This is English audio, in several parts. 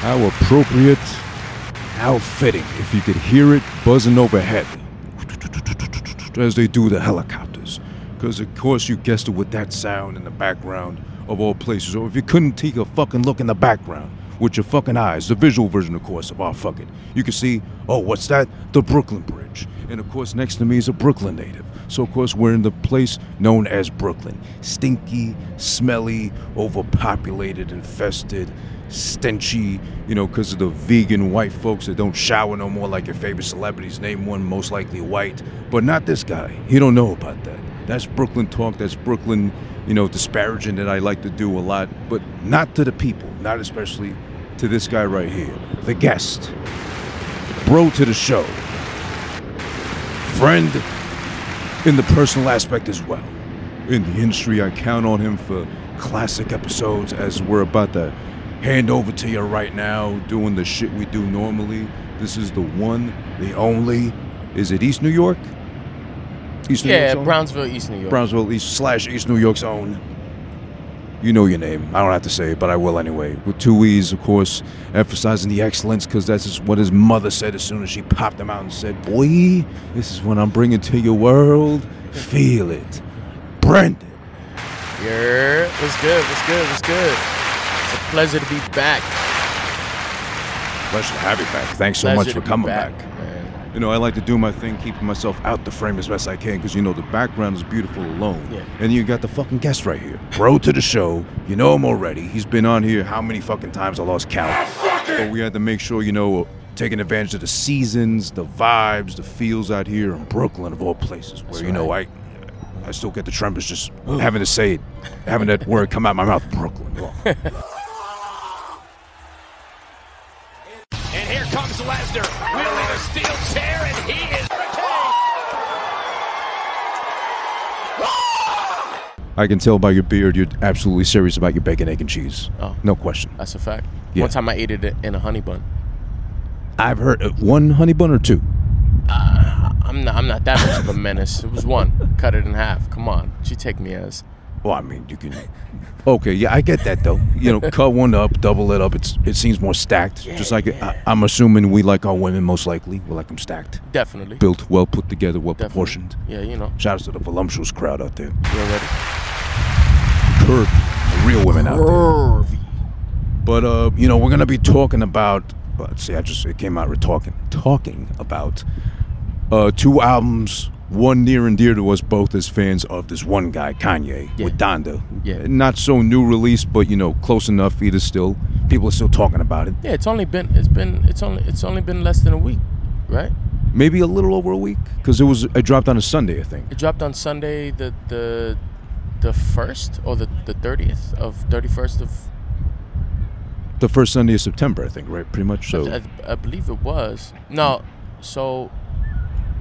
How appropriate, how fitting if you could hear it buzzing overhead as they do the helicopters. Because, of course, you guessed it with that sound in the background of all places. Or if you couldn't take a fucking look in the background with your fucking eyes, the visual version, of course, of our fucking, you could see, oh, what's that? The Brooklyn Bridge. And, of course, next to me is a Brooklyn native. So, of course, we're in the place known as Brooklyn. Stinky, smelly, overpopulated, infested, stenchy, you know, because of the vegan white folks that don't shower no more like your favorite celebrities. Name one, most likely white. But not this guy. He don't know about that. That's Brooklyn talk. That's Brooklyn, you know, disparaging that I like to do a lot. But not to the people. Not especially to this guy right here. The guest. Bro to the show. Friend in the personal aspect as well. In the industry, I count on him for classic episodes as we're about to hand over to you right now, doing the shit we do normally. This is the one, the only. Is it East New York? East New Yeah, York's own? Brownsville, East New York. Brownsville East slash East New York's own. You know your name. I don't have to say it, but I will anyway. With two E's, of course, emphasizing the excellence, because that's just what his mother said as soon as she popped him out and said, Boy, this is what I'm bringing to your world. Feel it. Brendan. Yeah, what's good? What's good? What's good? It's a pleasure to be back. Pleasure to have you back. Thanks so pleasure much to for be coming back. back. man. You know, I like to do my thing, keeping myself out the frame as best I can, because you know the background is beautiful alone. Yeah. And you got the fucking guest right here, bro to the show. You know him already. He's been on here how many fucking times I lost count. But we had to make sure, you know, uh, taking advantage of the seasons, the vibes, the feels out here in Brooklyn of all places, where you know I, I still get the tremors just having to say it, having that word come out my mouth, Brooklyn. Oh. And here comes Lesnar. Willing to steal tear, and he is retained. I can tell by your beard you're absolutely serious about your bacon, egg, and cheese. Oh. No question. That's a fact. Yeah. One time I ate it in a honey bun. I've heard uh, one honey bun or two. I'm not. I'm not that much of a menace. It was one. Cut it in half. Come on. She take me as. Well, I mean, you can. Okay, yeah, I get that though. You know, cut one up, double it up. It's it seems more stacked. Just like I, I'm assuming we like our women most likely. We like them stacked, Definitely. built, well put together, well Definitely. proportioned. Yeah, you know. Shout out to the voluptuous crowd out there. You're ready. Curvy, the real women out there. Curvy. But uh, you know, we're gonna be talking about. Let's see, I just it came out. We're talking talking about uh, two albums, one near and dear to us both as fans of this one guy, Kanye, Yeah. with Donda. Yeah. Not so new release, but you know, close enough. Either still, people are still talking about it. Yeah, it's only been. It's been. It's only. It's only been less than a week, right? Maybe a little over a week because it was it dropped on a Sunday, I think. It dropped on Sunday, the the the first or the the thirtieth of thirty first of. The first Sunday of September, I think, right? Pretty much. So I, I believe it was no. So,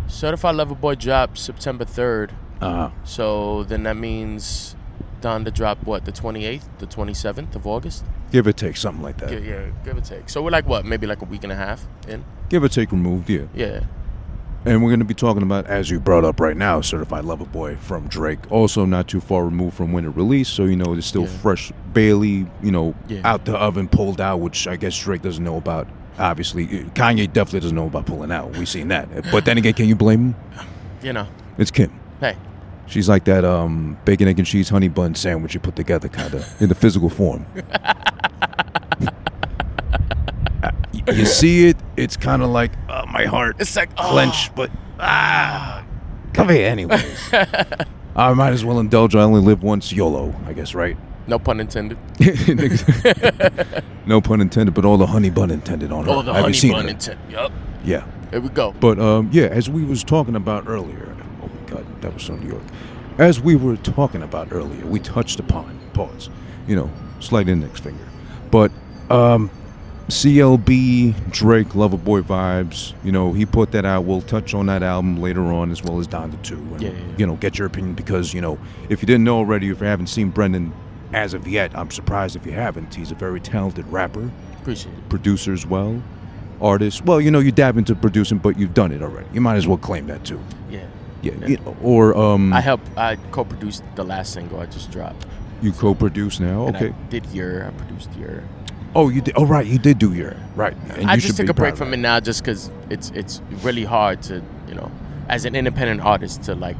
Certified Lover Boy dropped September third. uh, So then that means Donda dropped what the twenty eighth, the twenty seventh of August. give or take, something like that. Yeah, yeah, give or take. So we're like what, maybe like a week and a half in. Give or take, removed. Yeah. Yeah, And we're going to be talking about, as you brought up right now, Certified Lover Boy from Drake. Also, not too far removed from when it released, so you know it's still Yeah. fresh. Bailey, you know, Yeah. out the oven, pulled out, which I guess Drake doesn't know about. Obviously, eh, Kanye definitely doesn't know about pulling out. We've seen that. But then again, can you blame him? you know. It's Kim. Hey, She's like that um, bacon, egg, and cheese honey bun sandwich you put together, kind of, in the physical form. Uh, y- you see it, it's kind of like uh, my heart it's like oh, clench, but ah, come here anyways. I might as well indulge. I only live once, YOLO, I guess, right? No pun intended. no pun intended, but all the honey bun intended on her. Oh, the Have you honey seen bun her? intended. Yup. yeah. Here we go. But um, yeah, as we was talking about earlier, oh my God, that was so New York. As we were talking about earlier, we touched upon pause, you know, slight index finger, but um, CLB Drake Loverboy vibes. You know, he put that out. We'll touch on that album later on, as well as Donda Two. And, Yeah, yeah, yeah. You know, get your opinion because you know, if you didn't know already, if you haven't seen Brendan as of yet, I'm surprised if you haven't. He's a very talented rapper Appreciate it. producer as well, artist. Well, you know, you dab into producing, but you've done it already. You might as well claim that too. Yeah. Yeah. you know, or um, I helped. I co-produced the last single I just dropped. you co-produce now. And I Okay. did your. I produced your. Oh, you did. Oh, right. You did do your right. And I you just should took be a break proud of from it that. now just because it's it's really hard to you know as an independent artist to like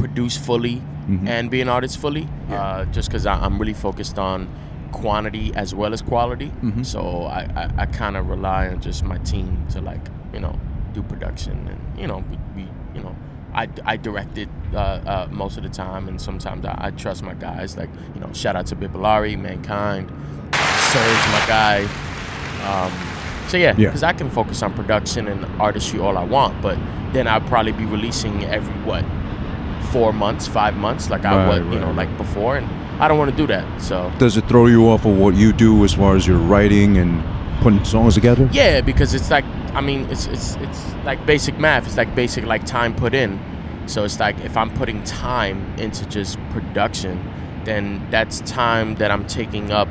produce fully Mm-hmm. and be an artist fully uh, just because I'm really focused on quantity as well as quality Mm-hmm. so I I, I kind of rely on just my team to like you know do production and you know we, we you know I, I directed uh, uh, most of the time and sometimes I, I trust my guys like you know shout out to Bibilari, Mankind, Surge my guy Um, so yeah, Yeah. because I can focus on production and artistry all I want, but then I'd probably be releasing every what four months, five months, like I Right, was, you right, know, right. like before, and I don't want to do that. So Does it throw you off of what you do as far as your writing and putting songs together? yeah, because it's like I mean, it's it's it's like basic math. It's like basic like time put in. So it's like if I'm putting time into just production, then that's time that I'm taking up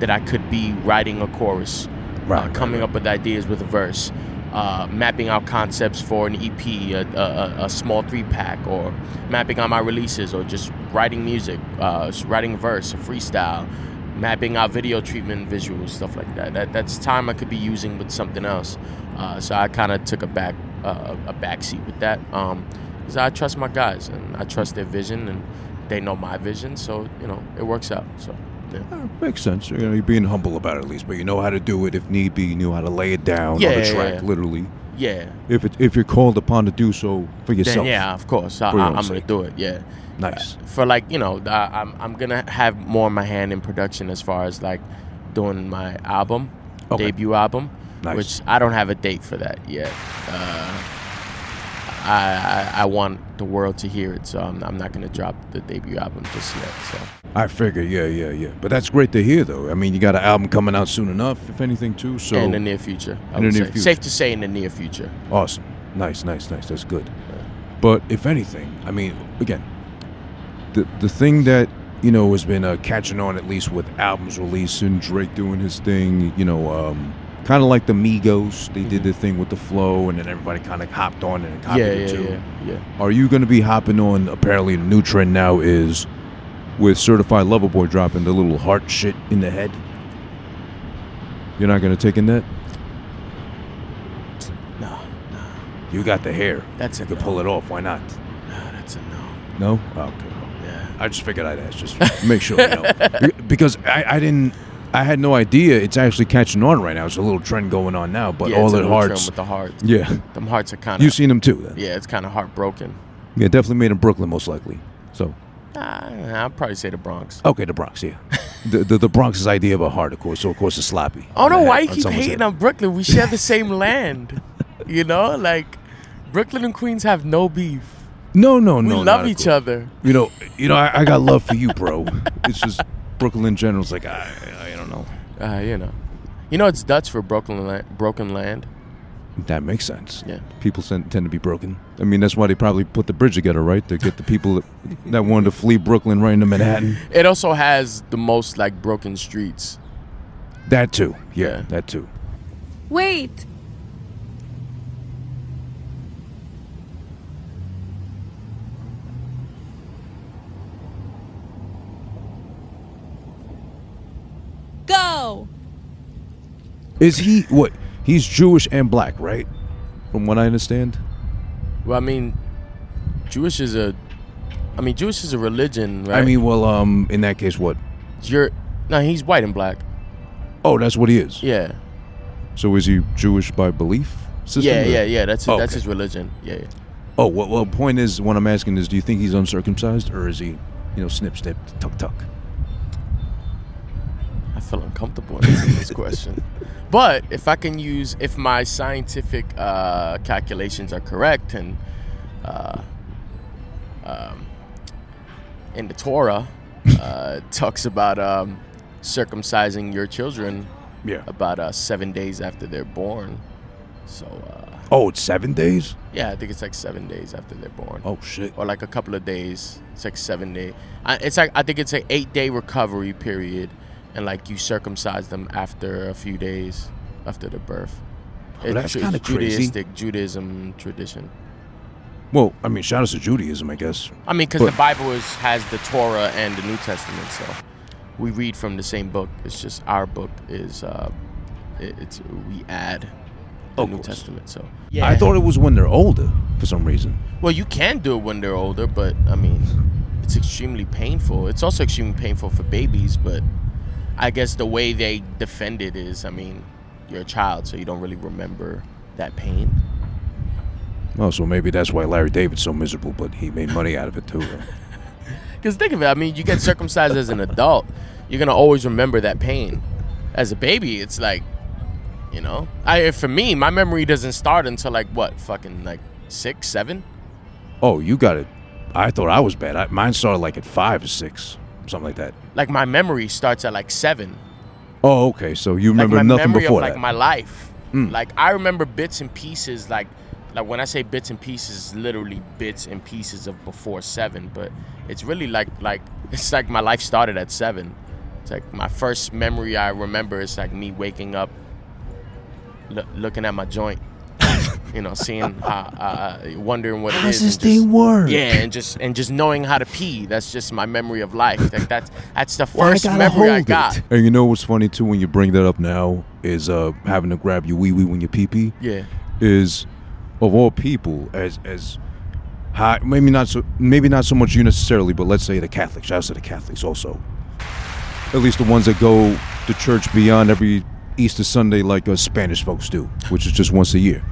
that I could be writing a chorus, Right, uh, right, coming up with ideas with a verse, uh, mapping out concepts for an EP, a, a, a- a small three pack, or mapping out my releases, or just writing music, uh, s- writing a verse, a freestyle, mapping out video treatment, visuals, stuff like that. that that's time I could be using with something else. Uh, so I kind of took a back uh, a backseat with that. Um, because I trust my guys and I trust their vision and they know my vision, so you know it works out. So yeah. Uh, Makes sense. You know, you're being humble about it at least, but you know how to do it if need be. You know how to lay it down Yeah, on yeah, the track, yeah. literally. Yeah. If it, if you're called upon to do so for Then yourself. yeah, of course, I, For your I, own I'm gonna sake. do it. Yeah. Nice. For like you know, I, I'm I'm gonna have more in my hand in production as far as like doing my album, Okay. debut album, Nice. which I don't have a date for that yet. Uh, I, I I want the world to hear it, so I'm, I'm not gonna drop the debut album just yet. So I figure. Yeah, yeah, yeah. But that's great to hear, though. I mean, you got an album coming out soon enough, if anything, too. So in the near future, I In the would near say. future. safe to say in the near future. Awesome. Nice, nice, nice. That's good. But if anything, I mean, again, the the thing that you know has been uh, catching on at least with albums releasing, Drake doing his thing. You know, um, kind of like the Migos, they did their thing with the flow, and then everybody kind of hopped on and copied Mm-hmm. yeah, it yeah, too. yeah, yeah. Are you going to be hopping on? Apparently, the new trend now is with Certified Lover Boy dropping the little heart shit in the head. You're not going to take in that. No, You got the hair. That's you a could no. pull it off. Why not? no, that's a no. No. Okay. Yeah. I just figured I'd ask, just make sure you know, Be- because I, I didn't, I had no idea. It's actually catching on right now. It's a little trend going on now, but yeah, all it's a the little trim hearts, with the hearts. yeah, Them hearts are kind of you've seen them too. Then. Yeah. yeah, it's kind of heartbroken. definitely made in Brooklyn, most likely. So, Nah, I'd probably say the Bronx. okay, the Bronx, yeah, the, the the Bronx's idea of a heart, of course. So of course it's sloppy. I don't know On the Oh, why head- you on keep someone's hating head. on Brooklyn. We share the same land. You know, like Brooklyn and Queens have no beef. No, no, We no. not love at each all. other. You know, you know, I, I got love for you, bro. It's just Brooklyn in general's like I, I don't know. Uh, you know, you know it's Dutch for Brooklyn land, broken land. That makes sense. Yeah. People sen- tend to be broken. I mean, that's why they probably put the bridge together, right? To get the people that, that wanted to flee Brooklyn right into Manhattan. It also has the most like broken streets. That too. Yeah, Yeah. that too. Wait! Go! Is he what? He's Jewish and black, right? From what I understand. Well, I mean, Jewish is a, I mean, Jewish is a religion, right? I mean, well, um, in that case, what? you're no, he's white and black. Oh, that's what he is. Yeah, So is he Jewish by belief? System, yeah, or- yeah, yeah. That's Oh, that's okay. his religion. Yeah, yeah. Oh, well, well, point is, what I'm asking is, do you think he's uncircumcised or is he, you know, snip, snip, tuck, tuck? I feel uncomfortable answering this question. But if I can use, if my scientific uh, calculations are correct, and uh, um, in the Torah uh, it talks about um, circumcising your children Yeah. about uh, seven days after they're born. So uh, Oh, it's seven days. yeah, I think it's like seven days after they're born Oh shit. or like a couple of days. It's like seven day. I, it's like I think it's an eight day recovery period, and like you circumcise them after a few days after the birth. It's Oh, that's Ju- kinda it's crazy. Judaistic Judaism tradition. Well, I mean, shout out to Judaism, I guess. I mean, because But- the Bible is, has the Torah and the New Testament, so we read from the same book. It's just our book is uh, it, it's we add the Of New course. Testament. So I thought it was when they're older for some reason. Well, you can do it when they're older, but I mean, it's extremely painful. It's also extremely painful for babies, but I guess the way they defend it is, I mean, you're a child, so you don't really remember that pain. Oh, so maybe that's why Larry David's so miserable, but he made money out of it too. huh? Because think of it, I mean, you get circumcised as an adult, you're gonna always remember that pain. As a baby, it's like, you know, I for me, my memory doesn't start until like what, fucking like six, seven. oh, you got it. I thought I was bad. I, mine started like at five or six, something like that. Like my memory starts at like seven. Oh, okay. So you remember like my nothing memory before of like that. Mm. my life. Like I remember bits and pieces. Like like when I say bits and pieces, literally bits and pieces of before seven. But it's really like like it's like my life started at seven. It's like my first memory I remember is like me waking up, loo- looking at my joint. you know, seeing how, uh, wondering what it is. and just- work? yeah, and just and just knowing how to pee. That's just my memory of life. Like that's that's the first memory I got. And you know what's funny too when you bring that up now is uh having to grab your wee wee when you pee pee. Yeah. Is of all people as as high maybe not so maybe not so much you necessarily, but let's say the Catholics. Shouts to the Catholics also. At least the ones that go to church beyond every Easter Sunday like us Spanish folks do, which is just once a year.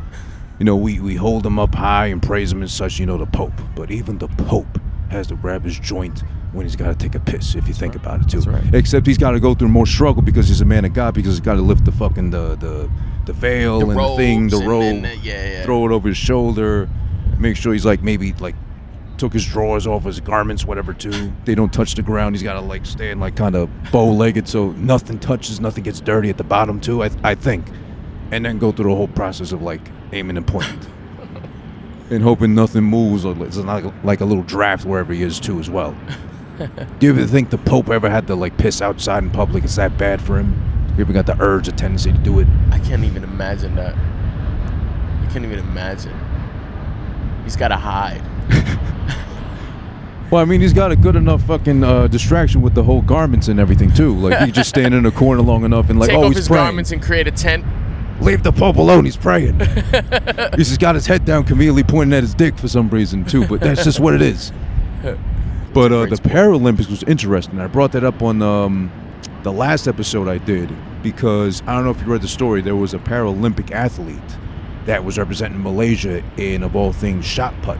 You know, we, we hold them up high and praise them and such, you know, the Pope. But even the Pope has to grab his joint when he's got to take a piss, if you think about it, too. right. Except he's got to go through more struggle because he's a man of God, because he's got to lift the fucking, the, the, the veil The and the thing, the robes robe, and then the- yeah, yeah. throw it over his shoulder, make sure he's, like, maybe, like, took his drawers off his garments, whatever, too. They don't touch the ground. He's got to, like, stand, like, kind of bow-legged so nothing touches, nothing gets dirty at the bottom, too, I, I think. And then go through the whole process of, like, aiming and pointing and hoping nothing moves or it's not like a little draft wherever he is too as well. Do you ever think the Pope ever had to like piss outside in public? It's that bad for him? You ever got the urge or tendency to do it? I can't even imagine that. I can't even imagine. He's gotta hide. Well, I mean, he's got a good enough fucking uh, distraction with the whole garments and everything too. Like he could just stand in a corner long enough and like, Take oh, off he's his praying. garments and create a tent. Leave the Pope alone. He's praying. he's just got his head down, conveniently pointing at his dick for some reason too. But that's just what it is. But uh, great the sport. Paralympics was interesting. I brought that up on um, the last episode I did because I don't know if you read the story. There was a Paralympic athlete that was representing Malaysia in, of all things, shot put.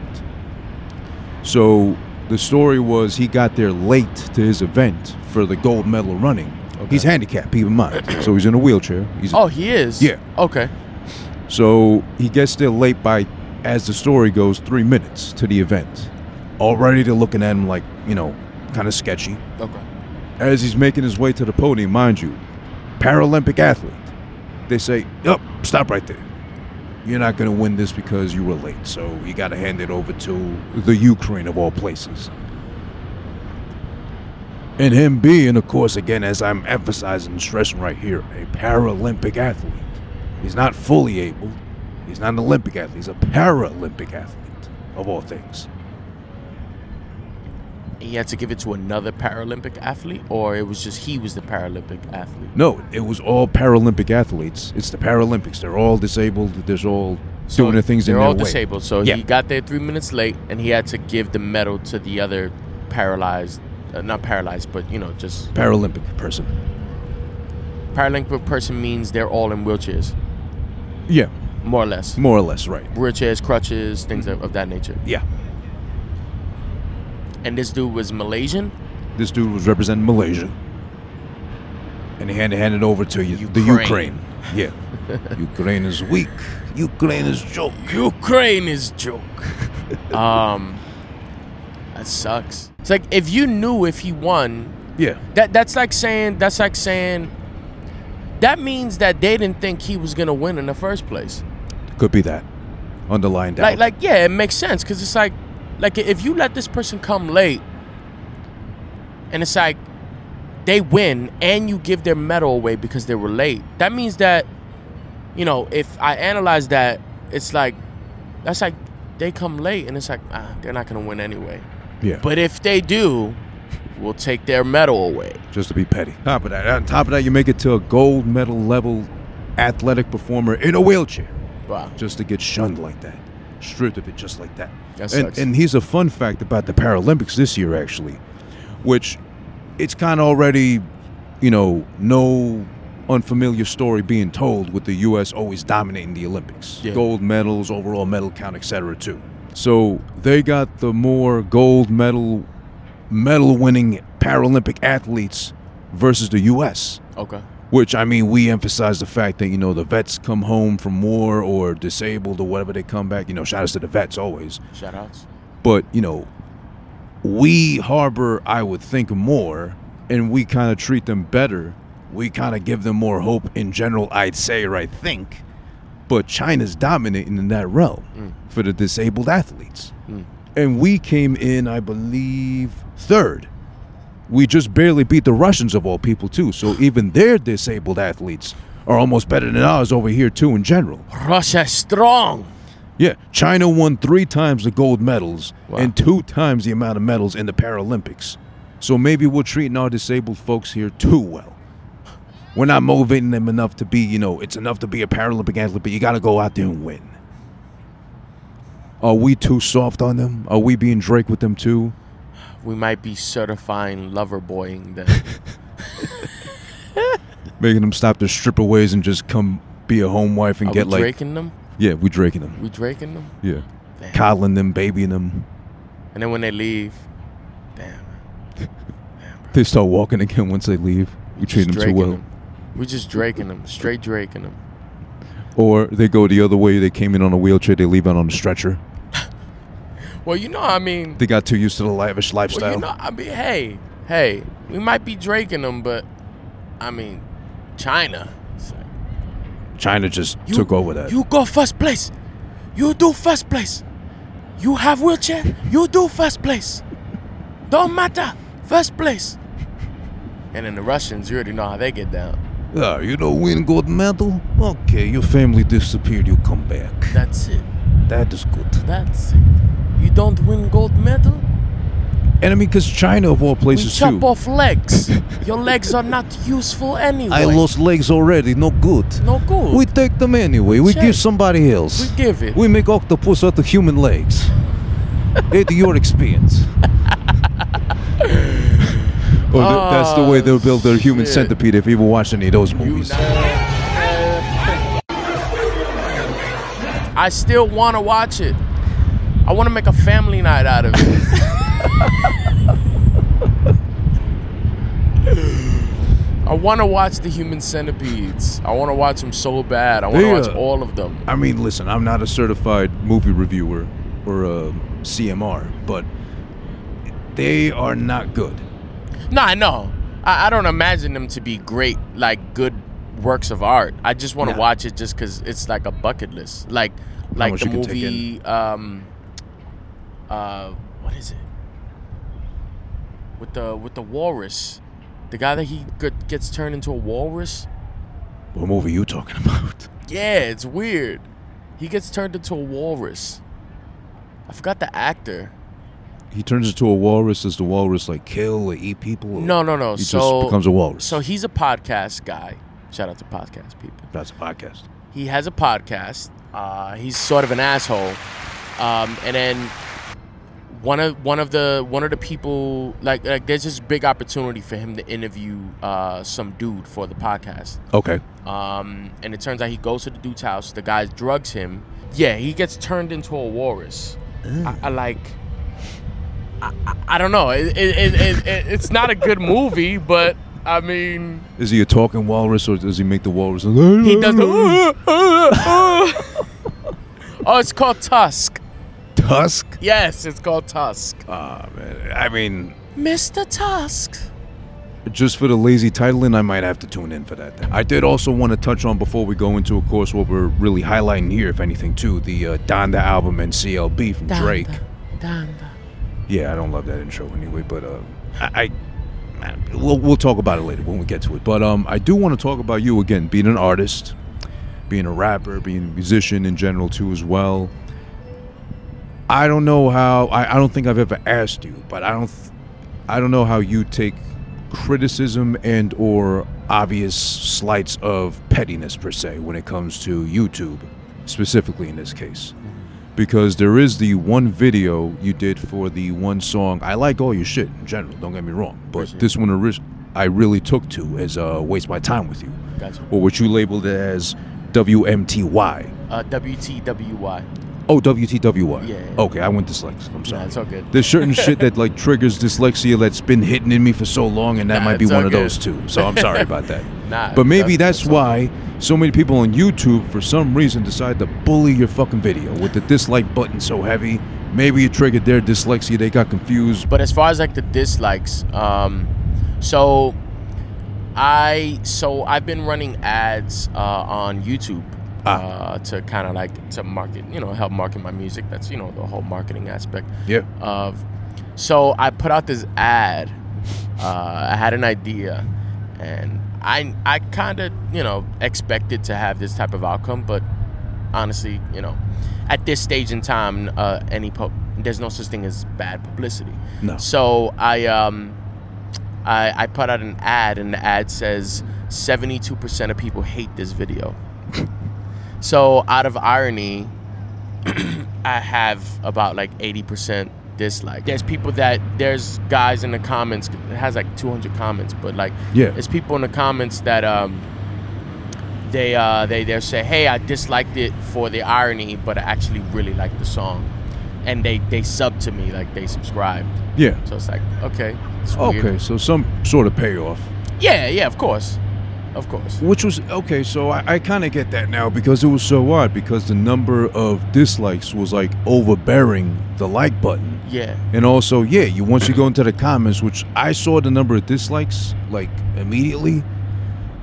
So the story was he got there late to his event for the gold medal running. He's handicapped, keep in mind. so he's in a wheelchair. He's Oh, he is. Yeah. Okay. so he gets there late by, as the story goes, three minutes to the event. Already they're looking at him like, you know, kind of sketchy. Okay. As he's making his way to the podium, mind you, Paralympic athlete, they say, Yup, stop right there. You're not going to win this because you were late. So you got to hand it over to the Ukraine of all places. And him being, of course, again, as I'm emphasizing and stressing right here, a Paralympic athlete. He's not fully able. He's not an Olympic athlete. He's a Paralympic athlete, of all things. He had to give it to another Paralympic athlete, or it was just he was the Paralympic athlete. No, it was all Paralympic athletes. It's the Paralympics. They're all disabled. There's all So doing the things they're in their all way. disabled. So Yeah. he got there three minutes late, and he had to give the medal to the other paralyzed, uh, not paralyzed, but you know, just Paralympic person. Paralympic person means they're all in wheelchairs, Yeah, more or less. more or less, right? Wheelchairs, crutches, things of, of that nature. Yeah, And this dude was Malaysian. this dude was representing Malaysia, and he had to hand it over to you, the Ukraine. Ukraine. Yeah, Ukraine is weak. Ukraine is joke. Ukraine is joke. um, that sucks. It's like if you knew if he won, Yeah, that that's like saying that's like saying that means that they didn't think he was gonna win in the first place. could be that. Underlying doubt. Like like yeah, it makes sense because it's like like if you let this person come late, and it's like they win and you give their medal away because they were late. That means that you know if I analyze that, it's like that's like they come late and it's like ah, they're not gonna win anyway. yeah. But if they do, will take their medal away. just to be petty. Top of that, on top of that, you make it to a gold medal level athletic performer in a wheelchair Wow. just to get shunned like that, stripped of it just like that. That and, sucks. and here's a fun fact about the Paralympics this year, actually, which it's kind of already, you know, no unfamiliar story being told with the U.S. always dominating the Olympics, Yeah. gold medals, overall medal count, etc. Too. So they got the more gold medal, medal-winning Paralympic athletes versus the U.S. Okay. Which I mean, we emphasize the fact that you know the vets come home from war or disabled or whatever they come back. You know, shout outs to the vets always. Shout outs. But you know, we harbor, I would think, more, and we kind of treat them better. We kind of give them more hope in general. I'd say, or I think. But China's dominating in that realm for the disabled athletes, and we came in, I believe, third. We just barely beat the Russians of all people too. So even their disabled athletes are almost better than ours over here too in general. Russia strong. Yeah, China won three times the gold medals Wow. and two times the amount of medals in the Paralympics. So maybe we're treating our disabled folks here too well. We're not motivating them enough to be, you know, it's enough to be a Paralympic athlete, but you got to go out there and win. Are we too soft on them? Are we being Drake with them too? We might be certifying lover boying them. Making them stop their stripperways and just come be a home wife and Are get we like. draking them? Yeah, we Draking them. We draking them? Yeah. Damn. Coddling them, babying them. And then when they leave, damn. They start walking again once they leave. We treat them just too draking well. them. We just draking them, straight draking them. Or they go the other way. They came in on a wheelchair. They leave out on a stretcher. Well, you know, I mean, They got too used to the lavish lifestyle. well, you know, I mean, hey, hey, we might be draking them, but I mean, China. It's like, China just you- took over that. You go first place. You do first place. You have wheelchair. You do first place. Don't matter. First place. And then the Russians, you already know how they get down. ah, you don't win gold medal? Okay, your family disappeared. You come back. That's it. That is good. That's it. You don't win gold medal. And I mean, because China of all We places chop too. off legs. Your legs are not useful anyway. I lost legs already. No good. No good. We take them anyway. We Check. give somebody else. We give it. We make octopus out of human legs. At your expense. oh, th- that's the way they'll build their human Oh, shit. centipede if you ever watch any of those movies. I still want to watch it. I want to make a family night out of it. I want to watch the human centipedes. I want to watch them so bad. I want to Yeah. watch all of them. I mean, listen, I'm not a certified movie reviewer or um, a CMR, but they are not good. No, I know. I, I don't imagine them to be great, like good works of art. I just want to No. watch it just because it's like a bucket list, like like much the you can take movie. Um, uh, what is it? With the with the walrus, the guy that he get, gets turned into a walrus. What movie you talking about? Yeah, it's weird. He gets turned into a walrus. I forgot the actor. He turns into a walrus. Does the walrus like kill or eat people? or No, no, no. He so just becomes a walrus. So he's a podcast guy. Shout out to podcast people. that's a podcast. he has a podcast. Uh, he's sort of an asshole, um, and then one of one of the one of the people like like there's this big opportunity for him to interview uh, some dude for the podcast. Okay. Um, and it turns out he goes to the dude's house. The guy drugs him. Yeah, he gets turned into a walrus. I, I like. I, I, I don't know. It, it, it, it, it, it's not a good movie, but I mean, Is he a talking walrus or does he make the walrus? he does the. oh, it's called Tusk. tusk. Yes, it's called Tusk. Uh, Ah, man. I mean, Mr. Tusk. just for the lazy titling, I might have to tune in for that. Then. I did also want to touch on before we go into, of course, what we're really highlighting here, if anything, too, the uh, Donda album and CLB from Drake. Donda. Yeah, I don't love that intro anyway, but uh, I, I I- we'll, we'll talk about it later when we get to it. But um, I do want to talk about you again, being an artist, being a rapper, being a musician in general too as well. I don't know how. I, I don't think I've ever asked you, but I don't. Th- I don't know how you take criticism and or obvious slights of pettiness per se when it comes to YouTube, specifically in this case. Because there is the one video you did for the one song. I like all your shit in general. Don't get me wrong, but Appreciate this one orig- I really took to as uh, waste my time with you, Gotcha. or what you labeled as WMTY. Uh, WTWY. Oh, WTWY. Yeah, yeah, yeah. Okay, I went dyslexic. I'm sorry. it's all good. There's certain shit that like triggers dyslexia that's been hitting in me for so long, and that Nah, might be it's one all of those good. too. So I'm sorry about that. Nah, but maybe that's- that's, that's all why so many people on YouTube, for some reason, decide to bully your fucking video with the dislike button so heavy. Maybe it triggered their dyslexia. They got confused. But as far as like the dislikes, um, so I so I've been running ads uh, on YouTube uh, to kind of like to market, you know, help market my music. That's you know the whole marketing aspect Yeah. of. So I put out this ad. Uh, I had an idea, and I I kind of you know expected to have this type of outcome, but honestly, you know, at this stage in time, uh, any pub there's no such thing as bad publicity. No. So I um I I put out an ad, and the ad says seventy two percent of people hate this video. so out of irony, I have about like 80% dislike. There's people that there's guys in the comments it has like 200 comments, but like Yeah. there's people in the comments that um they uh they they say, "Hey, I disliked it for the irony, but I actually really like the song." And they they sub to me like they subscribed. Yeah. So it's like, okay. It's weird. Okay, so some sort of payoff. Yeah, yeah, of course. Of course. Which was okay, so I, I kind of get that now because it was so odd because the number of dislikes was like overbearing the like button. Yeah. And also, yeah, you once you go into the comments, which I saw the number of dislikes like immediately,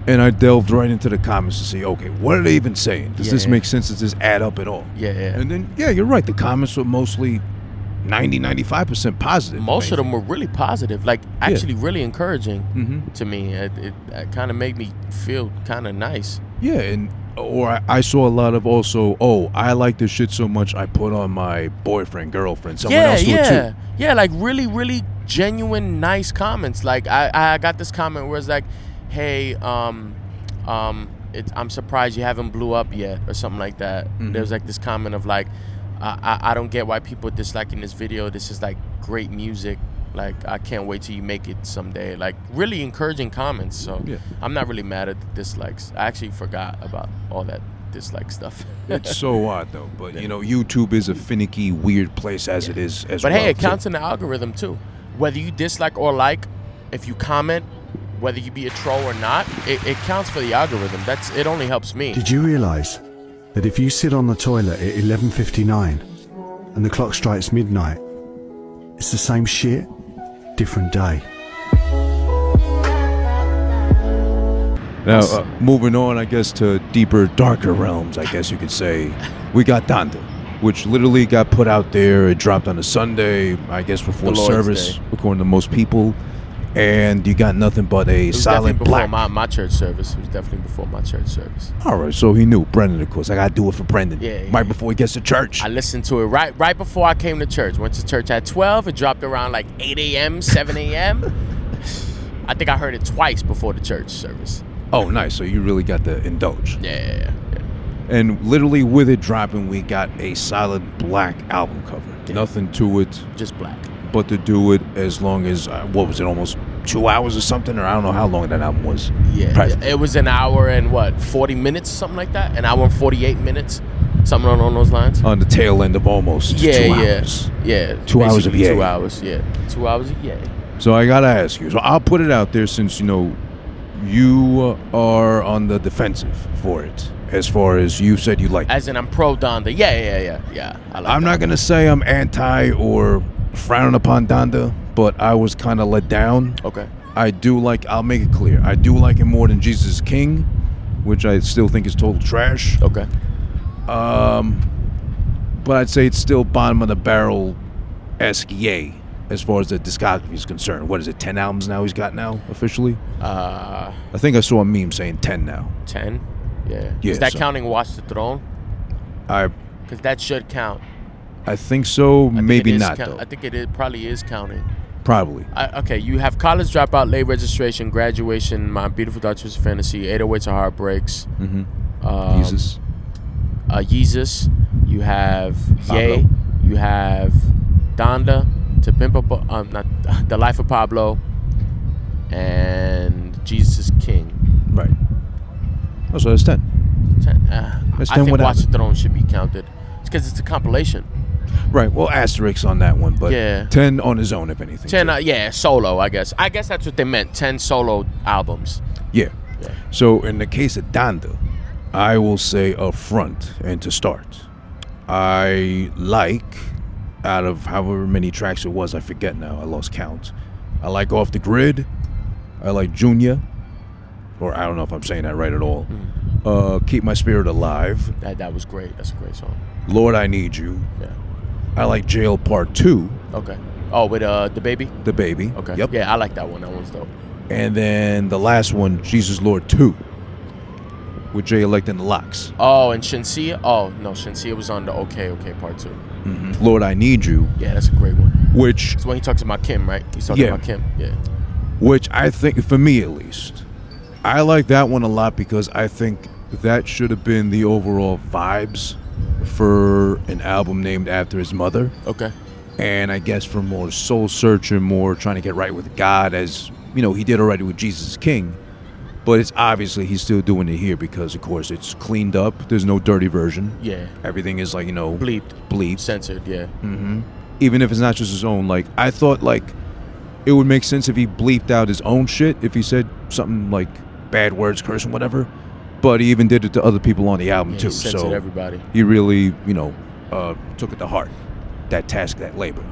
and I delved right into the comments to see, okay, what are they even saying? Does Yeah, this yeah. make sense? Does this add up at all? Yeah, yeah. And then, yeah, you're right. The comments were mostly 90, 95% positive. most of them were really positive like actually really encouraging Mhm. to me it, it, kind of made me feel kind of nice Yeah, and or I, I saw a lot of also, oh, I like this shit so much, I put on my boyfriend, girlfriend, someone yeah else to yeah it too. yeah like really really genuine nice comments like i i got this comment where it's like hey um um it, i'm surprised you haven't blew up yet or something like that Mm-hmm. there was like this comment of like I, I i don't get why people disliking this video this is like great music like i can't wait till you make it someday like really encouraging comments so Yeah. I'm not really mad at the dislikes. I actually forgot about all that dislike stuff. It's so odd though, but you know, YouTube is a finicky, weird place as it is as but well. hey, it too. counts in the algorithm too. Whether you dislike or like, if you comment, whether you be a troll or not, it, it counts for the algorithm. That's it. Only helps me. Did you realize that if you sit on the toilet at 11:59 and the clock strikes midnight, it's the same shit, different day. Now, uh, moving on, I guess, to deeper, darker realms, I guess you could say. We got Donda, which literally got put out there. It dropped on a Sunday, I guess, before The Lord's service, Day. according to most people. And you got nothing but a It was solid definitely before black. my, my church service. It was definitely before my church service. All right, so he knew. Brendan, of course. I got to do it for Brendan. Yeah, yeah, right yeah. before he gets to church. I listened to it right right before I came to church. Went to church at 12. It dropped around like 8 a.m., 7 a.m. I think I heard it twice before the church service. oh, nice. So you really got to indulge. Yeah, yeah, yeah, yeah. And literally, with it dropping, we got a solid black album cover. Nothing to it. just black. but to do it as long as uh, what was it almost two hours or something or i don't know how long that album was Yeah, Pri- it was an hour and what, 40 minutes, something like that? An hour and 48 minutes, something along those lines. on the tail end of almost yeah, two yeah, hours. yeah. Two hours of basically yay. Two hours, yeah. Two hours of yeah. so i gotta ask you so i'll put it out there since you know you are on the defensive for it as far as you said you like it. As in, I'm pro Donda. Yeah, yeah, yeah, yeah. I like i'm that. not gonna say i'm anti or frowning upon donda but i was kind of let down Okay. I do like. I'll make it clear. I do like it more than Jesus is King, which I still think is total trash. Okay. But I'd say it's still bottom of the barrel, esque yay as far as the discography is concerned. What is it? Ten albums now he's got now officially. Uh, I think I saw a meme saying ten now. 10. Yeah. Yeah, Is that so- counting Watch the Throne? I Because that should count. I think so. I think it maybe is not count- though. I think it is, probably is counting. Probably. I, okay, you have college dropout, late registration, graduation, my beautiful dark twisted fantasy, 808s and heartbreaks, um, Jesus. uh, Yeezus. You have Ye. Pablo. You have Donda. To Pimp a Bu- um, not the Life of Pablo, and Jesus is King. Right. Oh, so that's 10. Ten- uh, I Let's then think what Watch the happened? Throne should be counted. It's because it's a compilation. Right. Well, asterisks on that one, but Yeah. 10 on his own, if anything. Ten, too. uh, yeah, solo. I guess. I guess that's what they meant. Ten solo albums. Yeah. So in the case of Donda, I will say up front and to start, I like out of however many tracks it was, I forget now, I lost count. I like Off the Grid. I like Junior. Or I don't know if I'm saying that right at all. Hmm. Uh, Keep My Spirit Alive. That that was great. That's a great song. Lord, I Need You. Yeah. I like Jail Part 2, Okay. Oh, with uh the baby. The Baby. Okay. Yep. Yeah, I like that one. That one's dope. And then the last one, Jesus Lord 2, with J Elect and the Locks. Oh, and Shinsia. Oh no, Shinsia was on the Okay Okay Part Two. Lord, I Need You, Yeah, that's a great one. which It's when he talks about Kim, right? He's talking Yeah. about Kim. Yeah. which I think, for me at least, I like that one a lot because I think that should have been the overall vibes for an album named after his mother. Okay. And I guess for more soul searching, more trying to get right with God, as you know, he did already with Jesus King. But it's obviously he's still doing it here because, of course, it's cleaned up. There's no dirty version. Yeah. Everything is like, you know, Bleeped. bleeped Censored. Yeah. Mm, even if it's not just his own. Like I thought, like it would make sense if he bleeped out his own shit if he said something like bad words, cursing, whatever. But he even did it to other people on the album Yeah, he too. censored So everybody. he really, you know, uh, took it to heart that task, that labor.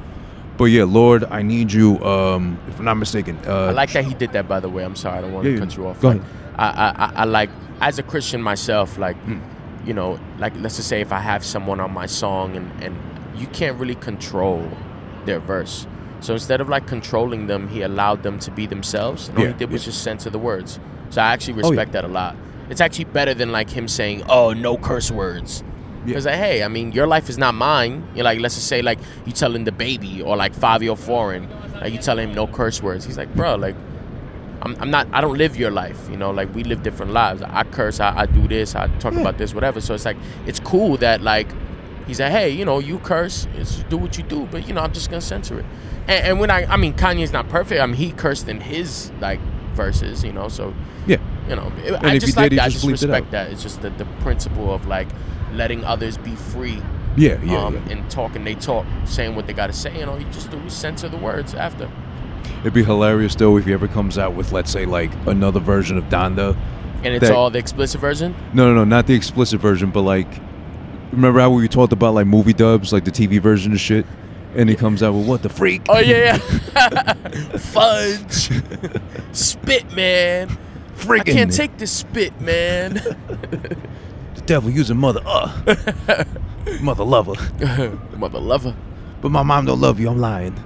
But yeah, Lord, I need you. Um, if I'm not mistaken, uh, I like that he did that. By the way, I'm sorry, I don't want Yeah, to yeah. cut you off. Go Like, ahead. I, I, I, I like as a Christian myself, like Mm. you know, like let's just say if I have someone on my song and and you can't really control their verse, so instead of like controlling them, he allowed them to be themselves, and all Yeah, he did was yeah. Oh, just censor the words. So I actually yeah. respect that a lot. It's actually better than like him saying, "Oh, no curse words." Yeah. Because like, hey, I mean, your life is not mine. You're like, let's just say like you telling the baby or like five year old foreign, like you telling him no curse words. He's like, bro, like I'm, I'm not I don't live your life you know like we live different lives I curse I, I do this I talk about this whatever so it's like it's cool that like he said hey you know you curse it's, do what you do but you know I'm just gonna censor it and, and when I I mean Kanye's not perfect I mean he cursed in his like verses you know so yeah, you know it- if I he just did, like he that I just just bleeped it out. respect that it's just the, the principle of like letting others be free yeah, yeah, um, yeah. and talking they talk saying what they gotta say you know you just do is censor the words after It'd be hilarious though if he ever comes out with, let's say, like another version of Donda. and it's That- all the explicit version No, no, no, not the explicit version, but like, remember how we talked about like movie dubs, like the TV version of shit, and he comes out with what the freak? Oh yeah, yeah. fudge, spit, man. I Freaking can't take this spit, man. the devil using mother, uh, mother lover, Mother lover. but my mom don't love you. I'm lying,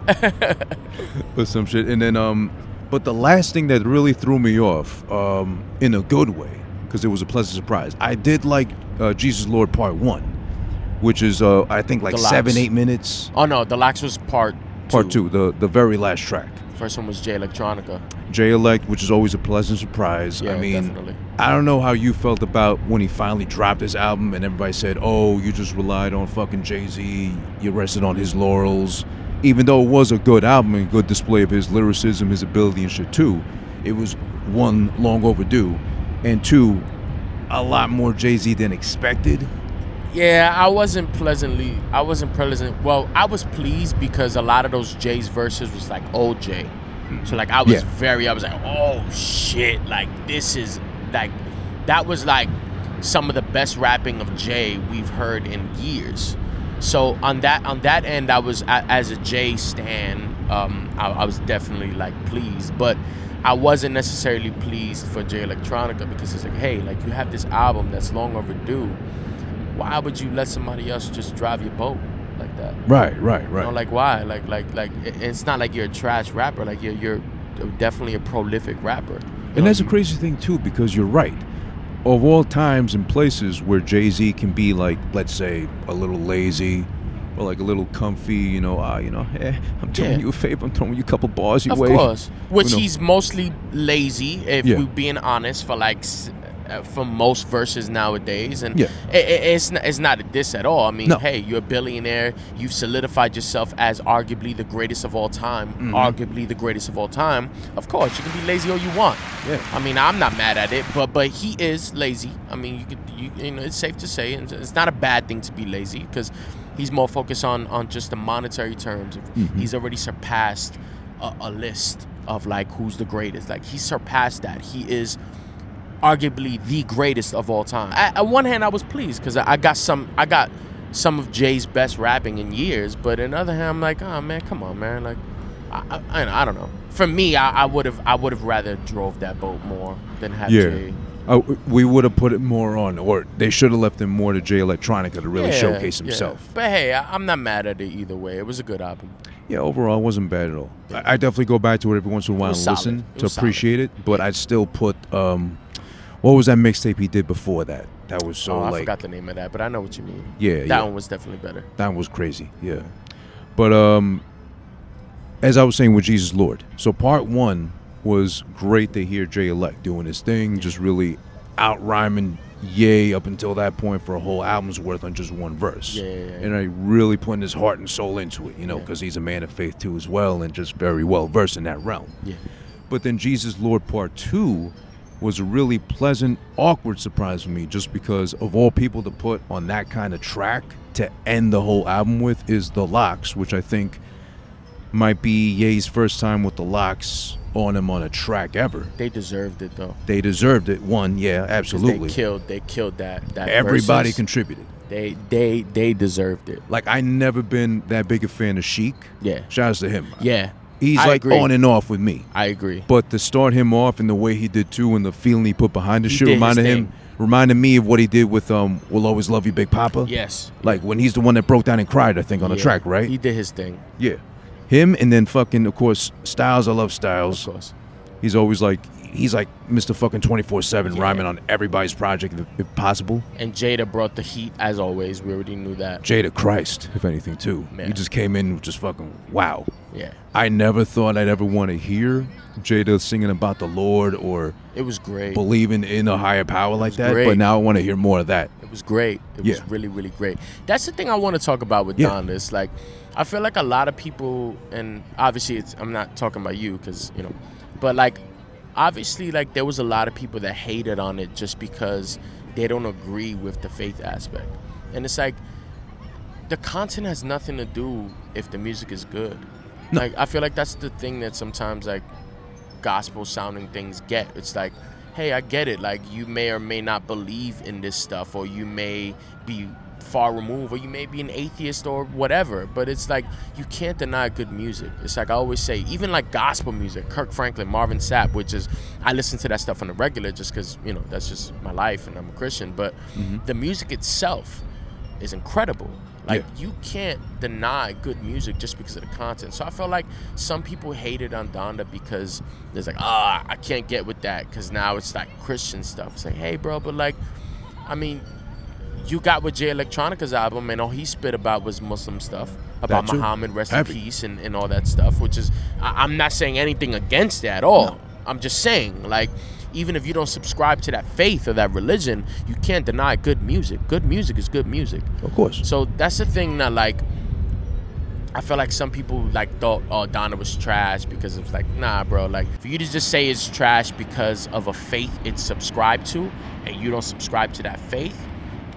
or some shit. And then um, but the last thing that really threw me off, um, in a good way, because it was a pleasant surprise. I did like uh, Jesus Lord Part One, which is uh, I think like The Locks. seven, eight minutes. Oh no, the lax was part Part two, the the very last track. First one was J Electronica. J Elect, which is always a pleasant surprise. I Yeah, mean, definitely. I don't know how you felt about when he finally dropped his album and everybody said, oh, you just relied on fucking Jay Z, you rested on his laurels. Even though it was a good album and good display of his lyricism, his ability, and shit, too, it was one, long overdue, and two, a lot more Jay Z than expected. Yeah, I wasn't pleasantly. I wasn't pleasant. Well, I was pleased because a lot of those Jay's verses was like old Jay. So like I was Yeah. very. I was like, oh shit! Like this is like that was like some of the best rapping of Jay we've heard in years. So on that on that end, I was a- as a Jay stan. Um, I, I was definitely like pleased, but I wasn't necessarily pleased for Jay Electronica because it's like, hey, like you have this album that's long overdue why would you let somebody else just drive your boat like that? Right, right, You know, like why? Like like like it- it's not like you're a trash rapper. Like you're you're definitely a prolific rapper. You And know, that's a crazy thing too, because you're right. Of all times and places where Jay Z can be like, let's say, a little lazy, or like a little comfy, you know, ah, you know, eh, I'm doing Yeah. you a favor, I'm throwing you a couple bars your Of way. course, which You know. he's mostly lazy. If Yeah. we're being honest, for like s- uh, for most verses nowadays, and Yeah. i- i- it's not, it's not a diss at all. I mean, No. hey, you're a billionaire. You've solidified yourself as arguably the greatest of all time. Mm-hmm. Arguably the greatest of all time. Of course, you can be lazy all you want. Yeah. I mean, I'm not mad at it, but but he is lazy. I mean, you could you, you know, it's safe to say, and it's not a bad thing to be lazy because he's more focused on on just the monetary terms. Mm-hmm. He's already surpassed a, a list of like who's the greatest. Like he surpassed that. He is arguably the greatest of all time. I, on one hand, I was pleased because I, I got some, I got some of Jay's best rapping in years. But on the other hand, I'm like, oh man, come on, man. Like, I, I, I, I don't know. For me, I would have, I would have rather drove that boat more than have Yeah. Jay. Uh, we would have put it more on, or they should have left him more to Jay Electronica to really Yeah, showcase yeah. himself. But hey, I, I'm not mad at it either way. It was a good album. Yeah, overall, it wasn't bad at all. I, I definitely go back to it every once in a while and was solid. listen It to was solid. appreciate it, but I'd still put, um, what was that mixtape he did before that? That was so oh, I like, forgot the name of that, but I know what you mean. Yeah, that yeah. one was definitely better. that was crazy, yeah. But um, as I was saying with Jesus Lord, so part one was great to hear Jay Elect doing his thing, just really out rhyming Yay up until that point for a whole album's worth on just one verse. Yeah, yeah, yeah. And I really putting his heart and soul into it, you know, because he's a man of faith too as well, and just very well versed in that realm. Yeah. But then Jesus Lord Part 2 was a really pleasant, awkward surprise for me just because of all people to put on that kind of track to end the whole album with is The Locks, which I think might be Ye's first time with The Locks on him on a track ever. They deserved it though. 'cause They deserved it. One, yeah, absolutely. They killed. They killed that. That Everybody versus. contributed. They they they deserved it. Like I never been that big a fan of Chic. Yeah. Shouts to him. Yeah, He's I like agree. on and off with me. I agree. But to start him off and the way he did too, and the feeling he put behind the He shit did his reminded him, thing. reminded me of what he did with um, "We'll Always Love You, Big Papa." Yes. like when he's the one that broke down and cried, I think on the Yeah. track, right? He did his thing, yeah, him and then fucking of course Styles. I love of Styles. course. He's always like he's like Mr. Fucking twenty four seven rhyming on everybody's project if, if possible. And Jada brought the heat as always. We already knew that. Jada Christ, if anything too. Yeah. He just came in with just fucking wow. Yeah, I never thought I'd ever want to hear Jada singing about the Lord or it was great. believing in a higher power like that. But great. now I want to hear more of that. It was great. It Yeah. was really, really great. That's the thing I want to talk about with Yeah. Don. Is like, I feel like a lot of people, and obviously, it's I'm not talking about you because you know, but like, obviously, like there was a lot of people that hated on it just because they don't agree with the faith aspect, and it's like, the content has nothing to do if the music is good. Like, I feel like that's the thing that sometimes like gospel sounding things get. It's like, hey, I get it. Like you may or may not believe in this stuff, or you may be far removed, or you may be an atheist or whatever. But it's like you can't deny good music. It's like I always say, even like gospel music, Kirk Franklin, Marvin Sapp, which is I listen to that stuff on the regular just because you know that's just my life and I'm a Christian. But the music itself is incredible. Like Yeah. you can't deny good music just because of the content. So I felt like some people hated on Donda because there's like, ah, I can't get with that because now it's like Christian stuff. It's like, hey, bro, but like, I mean, you got with Jay Electronica's album and all he spit about was Muslim stuff about That too. Muhammad, rest Heavy. in peace, and, and all that stuff. Which is, I, I'm not saying anything against that at all. I'm just saying, like, even if you don't subscribe to that faith or that religion, you can't deny good music. Good music is good music. Of course. So that's the thing that like I feel like some people like thought oh Donna was trash because it was like nah bro like for you to just say it's trash because of a faith it's subscribed to and you don't subscribe to that faith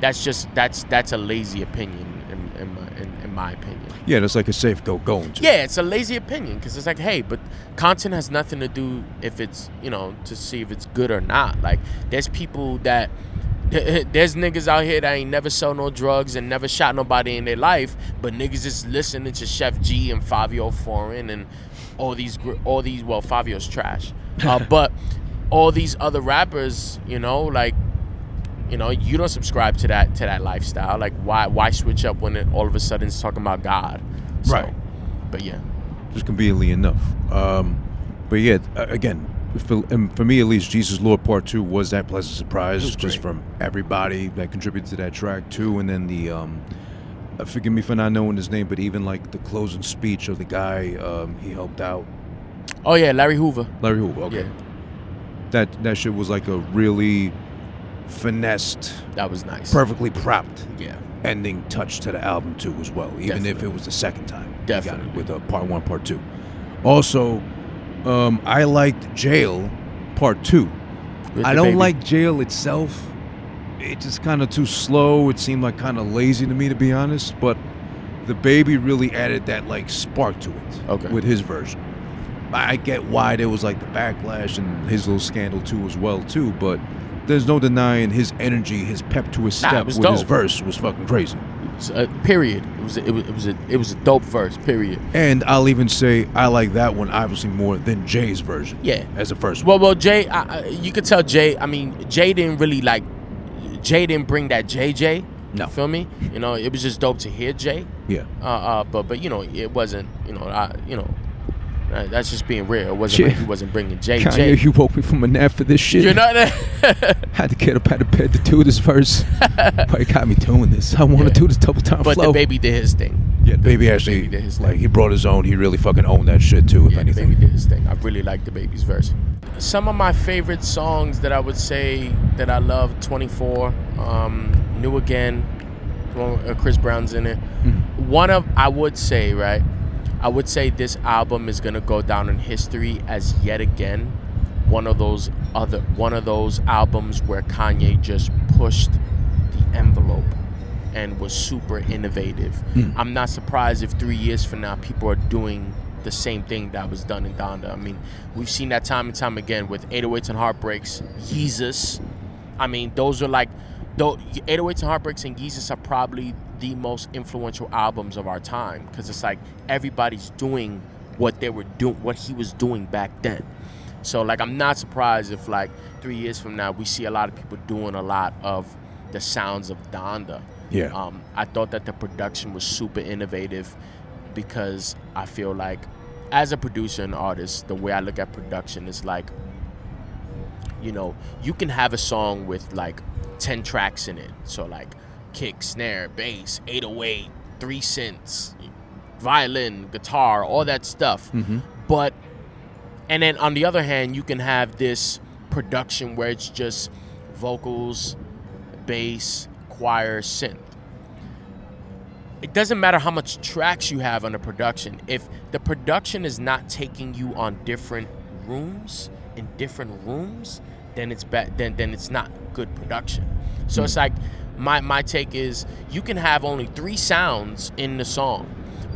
that's just that's that's a lazy opinion in, in my in, in my opinion Yeah, that's like a safe go going to. yeah it's a lazy opinion because it's like hey but content has nothing to do if it's you know to see if it's good or not like there's people that there's niggas out here that ain't never sold no drugs and never shot nobody in their life but niggas is listening to chef g and fabio foreign and all these gr- all these well fabio's trash uh, but all these other rappers you know like you know you don't subscribe to that to that lifestyle like why why switch up when it all of a sudden it's talking about god So, Right. but yeah Just conveniently enough. Um, but yeah, a- again, for, and for me at least, Jesus Lord Part Two was that pleasant surprise, just great. from everybody that contributed to that track too, and then the um, uh, forgive me for not knowing his name, but even like the closing speech of the guy um, he helped out, Oh yeah, Larry Hoover. Larry Hoover. Okay, that that shit was like a really finessed, That was nice. perfectly propped Yeah. ending touch to the album too, as well. Even if it was the second time, he got it Definitely. with a part one, part two. Also, um, I liked Jail Part Two. With I the don't baby. like jail itself. It's just kind of too slow. It seemed like kind of lazy to me, to be honest. But the baby really added that like spark to it. Okay. With his version, I I get why there was like the backlash and his little scandal too, as well too. But there's no denying his energy, his pep to his Nah, it step was with his dope. verse was fucking crazy. It's a- uh, period. It was. A, it was. It was a. It was a dope verse. Period. And I'll even say I like that one obviously more than Jay's version. Yeah. As the first one. Well, well, Jay. I, I, you could tell Jay. I mean, Jay didn't really like. Jay didn't bring that JJ. No. Feel me? You know, it was just dope to hear Jay. Yeah. Uh, uh, but but you know, it wasn't. You know, I you know, uh, that's just being real. It wasn't. like Yeah. he wasn't bringing Jay. Jay. you woke me from a nap for this shit. You know that. had to get up out of bed to do this verse. but it got me doing this. I want to do this double time but flow. the baby did his thing. yeah, the baby actually, baby did his like, thing. he brought his own. He really fucking owned that shit, too, if Yeah, the anything. baby did his thing. I really like the baby's verse. Some of my favorite songs that I would say that I love: 24, um, New Again, the one with, uh, Chris Brown's in it. One of I would say right, I would say this album is gonna go down in history as yet again one of those other one of those albums where Kanye just pushed the envelope and was super innovative. I'm not surprised if three years from now people are doing the same thing that was done in Donda. I mean, we've seen that time and time again with 808s and Heartbreaks, Yeezus. I mean, those are like, though 808s and Heartbreaks and Yeezus are probably the most influential albums of our time because it's like everybody's doing what they were doing, what he was doing back then. So like, I'm not surprised if like three years from now we see a lot of people doing a lot of the sounds of Donda. Yeah. Um, I thought that the production was super innovative because I feel like, as a producer and artist, the way I look at production is like, you know, you can have a song with like 10 tracks in it. So, like, kick, snare, bass, 808, three synths, violin, guitar, all that stuff. But and then on the other hand, you can have this production where it's just vocals, bass, choir, synth. It doesn't matter how much tracks you have on a production. If the production is not taking you on different rooms in different rooms, then it's bad. Then then it's not good production. So it's like my my take is you can have only three sounds in the song,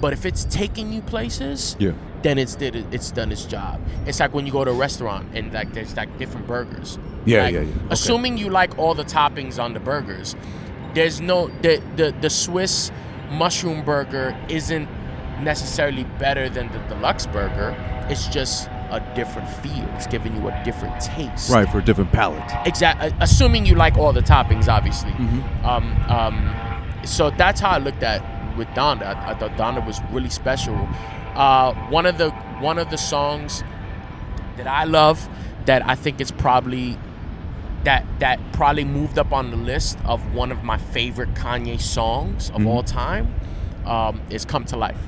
but if it's taking you places, Yeah. then it's did it- it's done its job. It's like when you go to a restaurant and like there's like different burgers. Yeah, Like, yeah, yeah. Okay. Assuming you like all the toppings on the burgers, there's no the the the Swiss mushroom burger isn't necessarily better than the deluxe burger. It's just a different feel. It's giving you a different taste. Right, for a different palette. Exactly. uh, Assuming you like all the toppings, obviously. Um, um, so that's how I looked at with Donda. I, I thought Donda was really special. Uh, one of the one of the songs that I love that I think is probably that that probably moved up on the list of one of my favorite Kanye songs of all time um, is "Come to Life."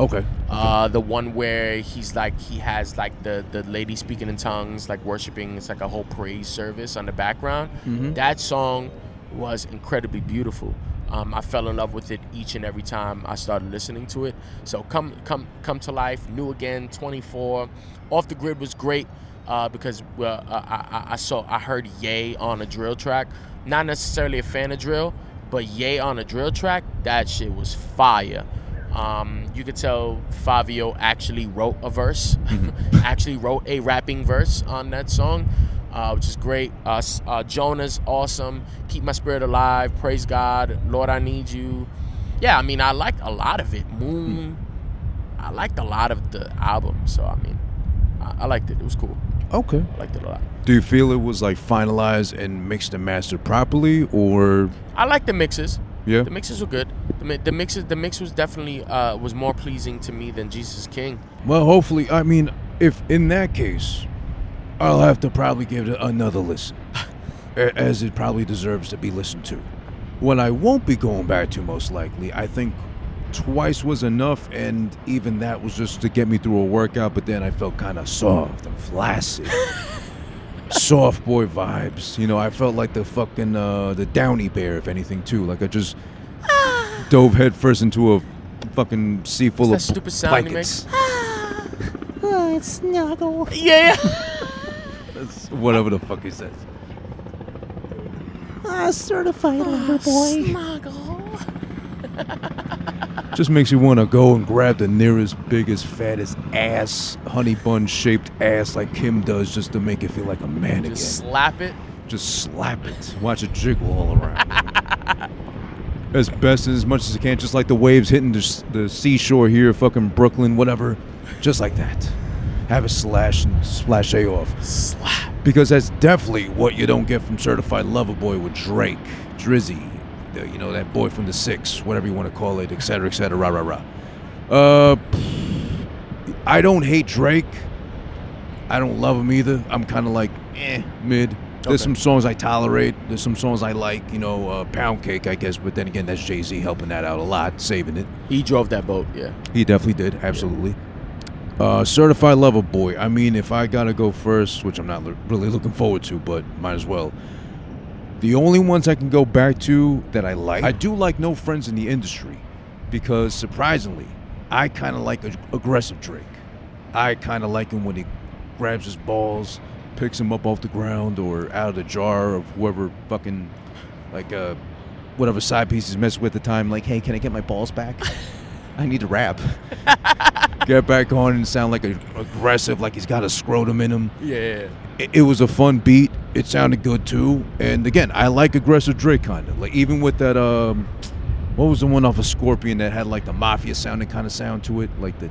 Okay. Uh, the one where he's like he has like the the lady speaking in tongues, like worshiping. It's like a whole praise service on the background. That song was incredibly beautiful. Um, I fell in love with it each and every time I started listening to it. So come come come to life, new again, 24. Off the grid was great uh, because well, uh, I, I, I saw I heard Yay on a drill track. Not necessarily a fan of drill, but Yay on a drill track. That shit was fire. Um, you could tell Fabio actually wrote a verse, actually wrote a rapping verse on that song, uh, which is great. Uh, s- uh, Jonah's awesome. Keep my spirit alive. Praise God. Lord, I need you. Yeah, I mean, I liked a lot of it. Moon. I liked a lot of the album. So, I mean, I, I liked it. It was cool. Okay. I liked it a lot. Do you feel it was like finalized and mixed and mastered properly, or I like the mixes. Yeah. the mixes were good. The, mi- the mixes, the mix was definitely uh, was more pleasing to me than Jesus King. Well, hopefully, I mean, if in that case, I'll have to probably give it another listen, a- as it probably deserves to be listened to. What I won't be going back to, most likely, I think twice was enough, and even that was just to get me through a workout, but then I felt kind of soft and flaccid. soft boy vibes. You know, I felt like the fucking, uh, the downy bear, if anything, too. Like I just dove headfirst into a fucking sea full Ah. that of stupid blankets. sound he makes? Yeah. That's whatever the fuck he says. Ah, certified lover boy. Just makes you want to go and grab the nearest, biggest, fattest ass, honey bun shaped ass like Kim does just to make it feel like a man Just again. slap it. Just slap it. Watch it jiggle all around. as best and as much as I can, just like the waves hitting the, s- the seashore here, fucking Brooklyn, whatever. Just like that. Have a slash and splash A off. Slap. Because that's definitely what you don't get from Certified Lover Boy with Drake, Drizzy, the- you know, that boy from the six, whatever you want to call it, et cetera, et cetera, rah, rah, rah. Uh, I don't hate Drake. I don't love him either. I'm kind of like, eh, mid. There's Okay. some songs I tolerate. There's some songs I like, you know, uh, Pound Cake, I guess. But then again, that's Jay Z helping that out a lot, saving it. He drove that boat. Yeah. He definitely did, absolutely. Uh, certified lover boy. I mean, if I gotta go first, which I'm not l- really looking forward to, but might as well. The only ones I can go back to that I like, I do like No Friends in the Industry, because surprisingly, I kind of like ag- aggressive Drake. I kind of like him when he grabs his balls, picks him up off the ground or out of the jar of whoever fucking, like, uh, whatever side piece he's messed with at the time. Like, hey, can I get my balls back? I need to rap. Get back on and sound like a, aggressive, like he's got a scrotum in him. Yeah. It, it was a fun beat. It sounded good too. And again, I like aggressive Drake kind of. Like even with that, um, what was the one off of Scorpion that had like the mafia sounding kind of sound to it, like the.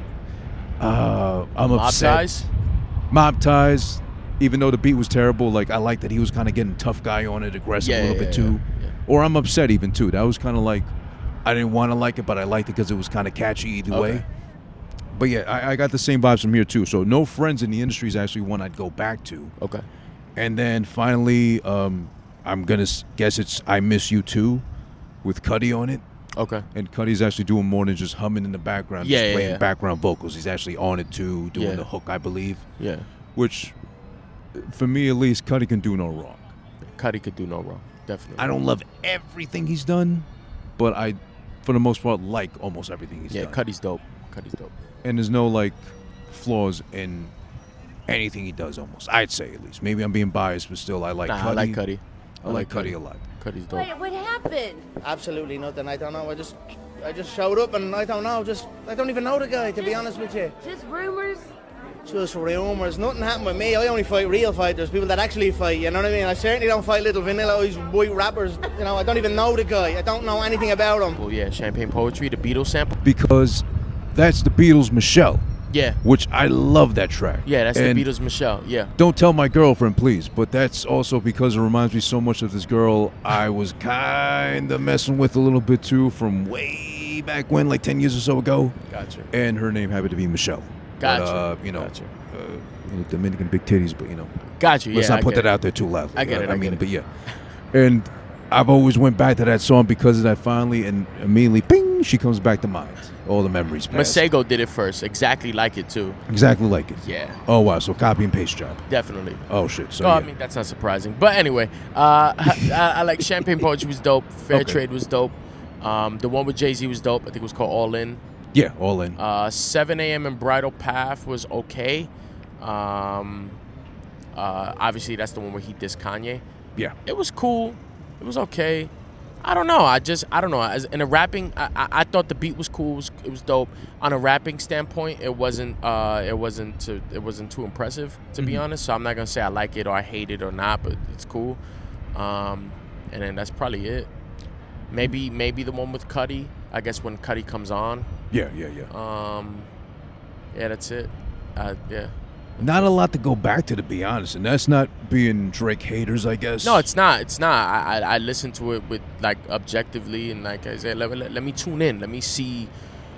Uh, I'm Mob upset. ties. Mob ties. Even though the beat was terrible, like I like that he was kind of getting tough guy on it, aggressive Yeah, a little yeah, bit yeah, too. yeah. Or I'm upset even too. That was kind of like I didn't want to like it, but I liked it because it was kind of catchy either way. Okay. But yeah, I, I got the same vibes from here too. So no friends in the industry is actually one I'd go back to. Okay. And then finally, um, I'm gonna s- guess it's "I Miss You Too" with Cuddy on it. Okay. And Cuddy's actually doing more than just humming in the background, Yeah, just yeah, playing yeah. background vocals. He's actually on it too, doing Yeah. the hook, I believe. Yeah. Which, for me at least, Cuddy can do no wrong. Cuddy could do no wrong. Definitely. I don't love everything he's done, but I, for the most part, like almost everything he's yeah. done. Cuddy's dope. Cuddy's dope. and there's no like flaws in anything he does. Almost, I'd say at least. Maybe I'm being biased, but still, I like Nah, Cuddy. I like Cuddy. I like Cuddy a lot. Cuddy's dope. what happened? Absolutely nothing. I don't know. I just, I just showed up, and I don't know. Just, I don't even know the guy to be honest with you. Just rumors. Just rumors. Nothing happened with me. I only fight real fighters, people that actually fight. You know what I mean? I certainly don't fight little vanilla-eyes white rappers. You know, I don't even know the guy. I don't know anything about him. Well, yeah. Champagne poetry. The Beatles sample. because that's the Beatles' Michelle, Yeah. which I love that track. Yeah. That's And the Beatles. Michelle. Yeah. Don't tell my girlfriend, please. But that's also because it reminds me so much of this girl I was kind of messing with a little bit too from way back when, like 10 years or so ago. Gotcha. And her name happened to be Michelle. Gotcha. But, uh, you know, Gotcha. uh, you know, Dominican big titties, but you know, Gotcha. Yeah. let's I not put get that out there too loudly. I get Uh, it, I, I mean, get it. but yeah. And I've always went back to that song because of that finally, and immediately, ping, she comes back to mind. All the memories. it. past. Masego did it first. Exactly like it too. Exactly like it. Yeah. Oh wow, so copy and paste job. Definitely. Oh shit. So No, yeah. I mean that's not surprising. But anyway, uh, I, I like Champagne Poetry was dope. Fair Okay. Trade was dope. Um, the one with Jay Z was dope. I think it was called All In. yeah, all in. Uh, 7 a.m. and Bridal Path was okay. Um, uh, obviously, that's the one where he dissed Kanye. yeah. It was cool. It was okay. I don't know. I just I don't know. As in a rapping, I, I, I thought the beat was cool. It was, it was dope. On a rapping standpoint, it wasn't uh it wasn't too, it wasn't too impressive to be honest. So I'm not gonna say I like it or I hate it or not, but it's cool. Um, and then that's probably it. Maybe maybe the one with Cuddy. I guess when Cuddy comes on. Yeah, yeah, yeah. Um, yeah, that's it. Uh, yeah. Not a lot to go back to to be honest, and that's not being Drake haters, I guess. No, it's not. It's not. I, I, I listen to it with like objectively and like I said, let, let, let me tune in. Let me see,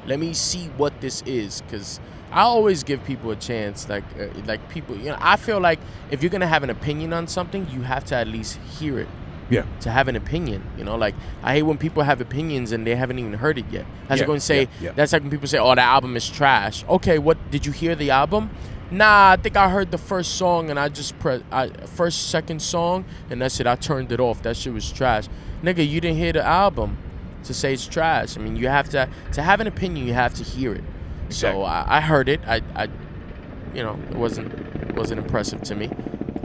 let me see what this is because I always give people a chance. Like uh, like people, you know, I feel like if you're gonna have an opinion on something, you have to at least hear it. Yeah. to have an opinion. You know, like I hate when people have opinions and they haven't even heard it yet. That's Yeah, going to say yeah, yeah. that's like when people say, "Oh, that album is trash." Okay, what did you hear the album? Nah, I think I heard the first song and I just press I, first second song and that's it. I turned it off. That shit was trash, nigga. You didn't hear the album to say it's trash. I mean, you have to to have an opinion. You have to hear it. So Exactly. I, I heard it. I, I you know, it wasn't wasn't impressive to me.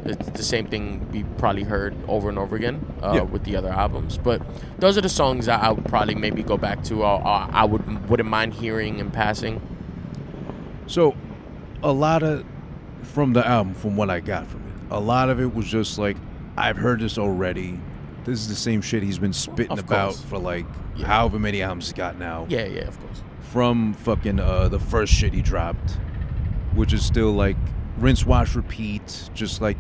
It's the same thing we probably heard over and over again uh, Yeah. with the other albums. But those are the songs that I would probably maybe go back to. Or, or I would wouldn't mind hearing and passing. So, a lot of from the album, from what I got from it, a lot of it was just like, I've heard this already. This is the same shit he's been spitting Of about course. for like Yeah. however many albums he got now. Yeah, yeah, of course. From fucking uh, the first shit he dropped, which is still like rinse, wash, repeat. Just like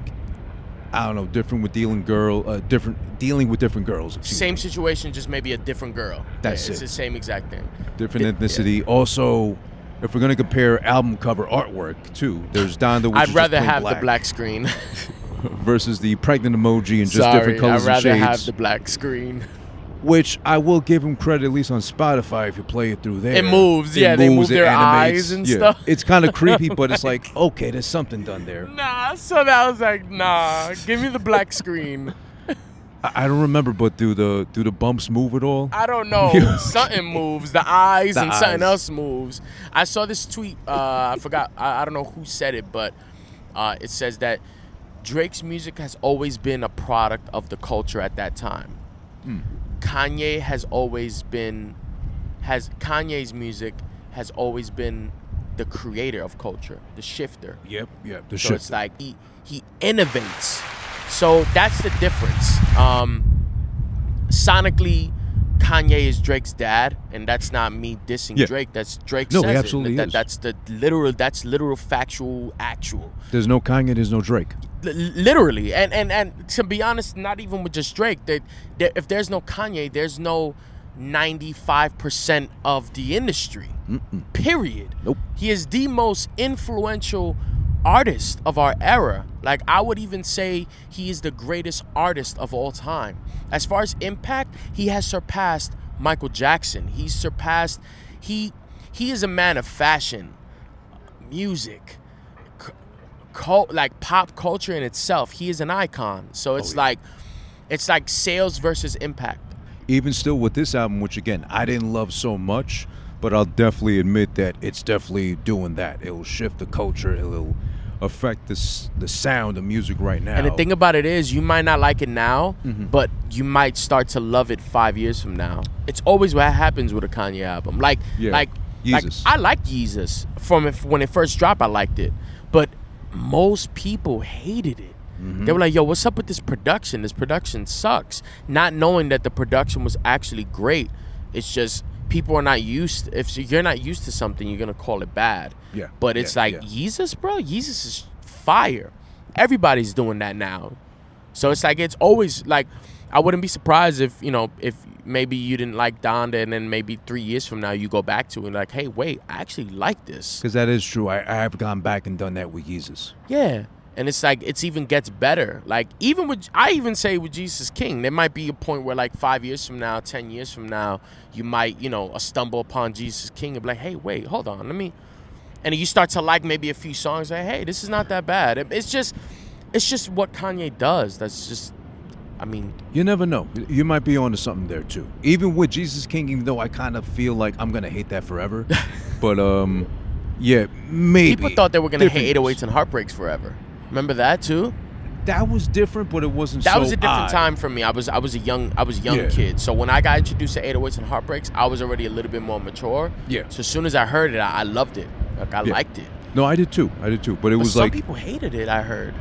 I don't know, different with dealing girl, uh, different dealing with different girls. excuse Same me. situation, just maybe a different girl. That's Yeah, It's it. the same exact thing. different Di- yeah. ethnicity. Also, if we're gonna compare album cover artwork too, there's Donda. Which is I'd just rather plain have the black screen. versus the pregnant emoji and just Sorry, different colors I'd rather and have shades. the black screen. which I will give him credit, at least on Spotify, if you play it through there. It moves, yeah, they move it their animates, eyes and yeah. stuff. It's kind of creepy, but it's like okay, there's something done there. Nah, so that was like, nah, give me the black screen. I, I don't remember, but do the do the bumps move at all? I don't know. Yeah. something moves. The eyes The and something eyes. else moves. I saw this tweet. Uh, I forgot. I, I don't know who said it, but uh, it says that Drake's music has always been a product of the culture at that time. Hmm. Kanye has always been has Kanye's music has always been the creator of culture, the shifter. Yep, yep. The So shit. it's like he he innovates. So that's the difference. Um, sonically, Kanye is Drake's dad, and that's not me dissing Yeah. Drake. That's Drake. No, he says it. absolutely That- is. That's the literal. That's literal, factual, actual there's no Kanye, there's no Drake. li- literally and and and to be honest not even with just drake that that if there's no kanye there's no 95% of the industry period Nope. he is the most influential artist of our era like i would even say he is the greatest artist of all time as far as impact he has surpassed michael jackson he's surpassed he he is a man of fashion music cult, like pop culture in itself. He is an icon. So it's like it's like sales versus impact. Even still with this album, which again I didn't love so much, but I'll definitely admit that it's definitely doing that. It'll shift the culture. It'll affect this the sound of music right now. And the thing about it is, you might not like it now, but you might start to love it five years from now. It's always what happens with a Kanye album. Like, Yeah. like, like Yeezus. I like Jesus from if, when it first dropped. I liked it, but most people hated it. Mm-hmm. They were like, "Yo, what's up with this production? This production sucks." Not knowing that the production was actually great. It's just people are not used. If you're not used to something, you're gonna call it bad. Yeah. But it's Yeah, like yeah. Yeezus, bro. Yeezus is fire. Everybody's doing that now. So it's like it's always like I wouldn't be surprised if you know if maybe you didn't like Donda and then maybe three years from now you go back to it and like hey wait I actually like this Because that is true. I, I have gone back and done that with Yeezus. yeah and it's like it's even gets better like even with I even say with Jesus King there might be a point where like five years from now ten years from now you might you know uh, stumble upon Jesus King and be like hey wait hold on let me and you start to like maybe a few songs like hey this is not that bad It- it's just it's just what Kanye does that's just I mean You never know. You might be onto something there too. Even with Jesus King, even though I kind of feel like I'm gonna hate that forever, but um, yeah, maybe People thought they were gonna hate Different- 808s and heartbreaks forever. Remember that too? That was different, but it wasn't. That so was a different odd. time for me. I was I was a young I was a young Yeah. kid. So when I got introduced to 808s and heartbreaks, I was already a little bit more mature. Yeah. So as soon as I heard it, I, I loved it. Like I Yeah. liked it. No, I did too. I did too. But it But was some like people hated it. I heard.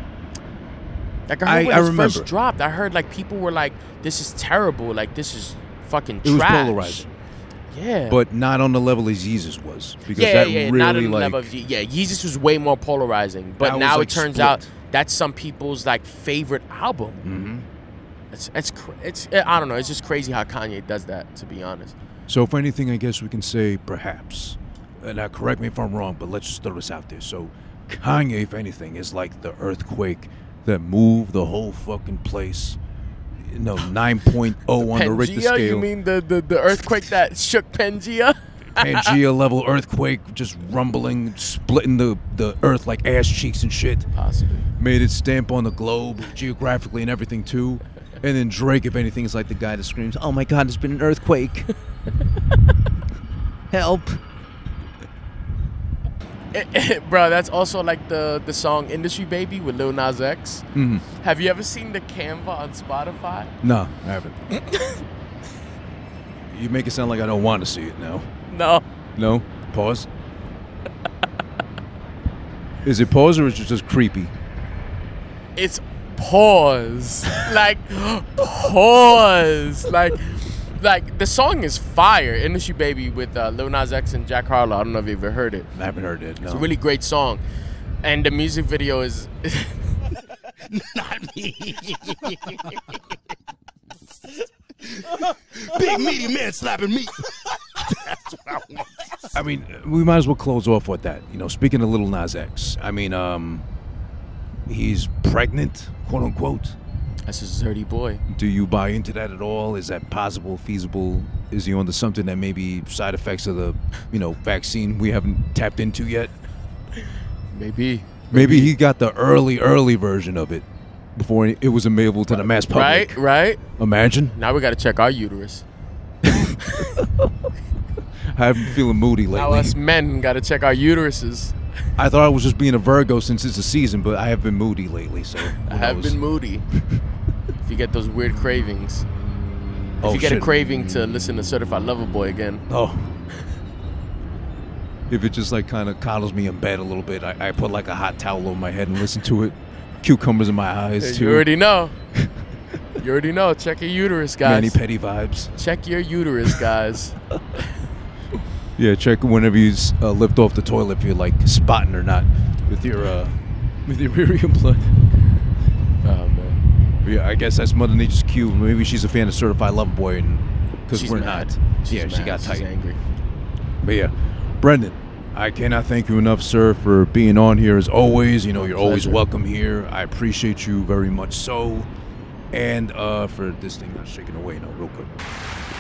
Like I I- heard when I it was first remember. dropped, I heard like people were like, "This is terrible. Like this is fucking it was trash." polarizing, Yeah. but not on the level as Yeezus was because yeah, that yeah, really not on the like level of Ye- yeah. Yeezus was way more polarizing, That but was, now like, it turns split. out that's some people's like favorite album. Mm-hmm. It's it's cr- it's I don't know. It's just crazy how Kanye does that. To be honest, So, if anything, I guess we can say perhaps. And uh, correct me if I'm wrong, but let's just throw this out there. So, Kanye, if anything, is like the earthquake that moved the whole fucking place. no 9.0 on the Richter Pangea? You scale. mean the, the, the earthquake that shook Pangea? Pangea level earthquake, just rumbling, splitting the, the earth like ass cheeks and shit. Possibly. Made its stamp on the globe, geographically and everything too. And then Drake, if anything, is like the guy that screams, "Oh my God, there's been an earthquake! Help!" Bro, that's also like the, the song Industry Baby with Lil Nas X. Mm-hmm. Have you ever seen the Canva on Spotify? No, I haven't. you make it sound like I don't want to see it now. No. No. Pause. Is it pause or is it just creepy? It's pause. like pause. Like like the song is fire. Industry Baby with uh, Lil Nas X and Jack Harlow. I don't know if you've ever heard it. I haven't heard it. No. It's a really great song. And the music video is Big meaty man slapping me. I mean, we might as well close off with that. You know, speaking of Little Nas X, I mean, um, he's pregnant, quote unquote. That's a dirty boy. Do you buy into that at all? Is that possible, feasible? Is he onto something that maybe side effects of the, you know, vaccine we haven't tapped into yet? Maybe. Maybe he got the early, early version of it before it was available to the mass public. Right, right. Imagine. Now we gotta check our uterus. I've been feeling moody Now lately. us men gotta check our uteruses. I thought I was just being a Virgo since it's the season, but I have been moody lately. So I have been moody. if you get those weird cravings. If Oh, you get shit. a craving to listen to Certified Lover Boy again, Oh. If it just like kind of coddles me in bed a little bit, I, I put like a hot towel over my head and listen to it. Cucumbers in my eyes you too. already know. You already know. Check your uterus, Manny guys. Petty vibes. Check your uterus, guys. Yeah, check whenever you s- uh, lift off the toilet if you're like spotting or not with your uh, with your urea blood. oh man, Yeah, I guess that's Mother Nature's cue. Maybe she's a fan of Certified Love Boy, and because She's we're mad. not. She's yeah, she mad. got She's tight. angry. But yeah, Brendan, I cannot thank you enough, sir, for being on here as always. You know, you're always pleasure. welcome here. I appreciate you very much so. And uh, for this thing not shaking away, no, real quick.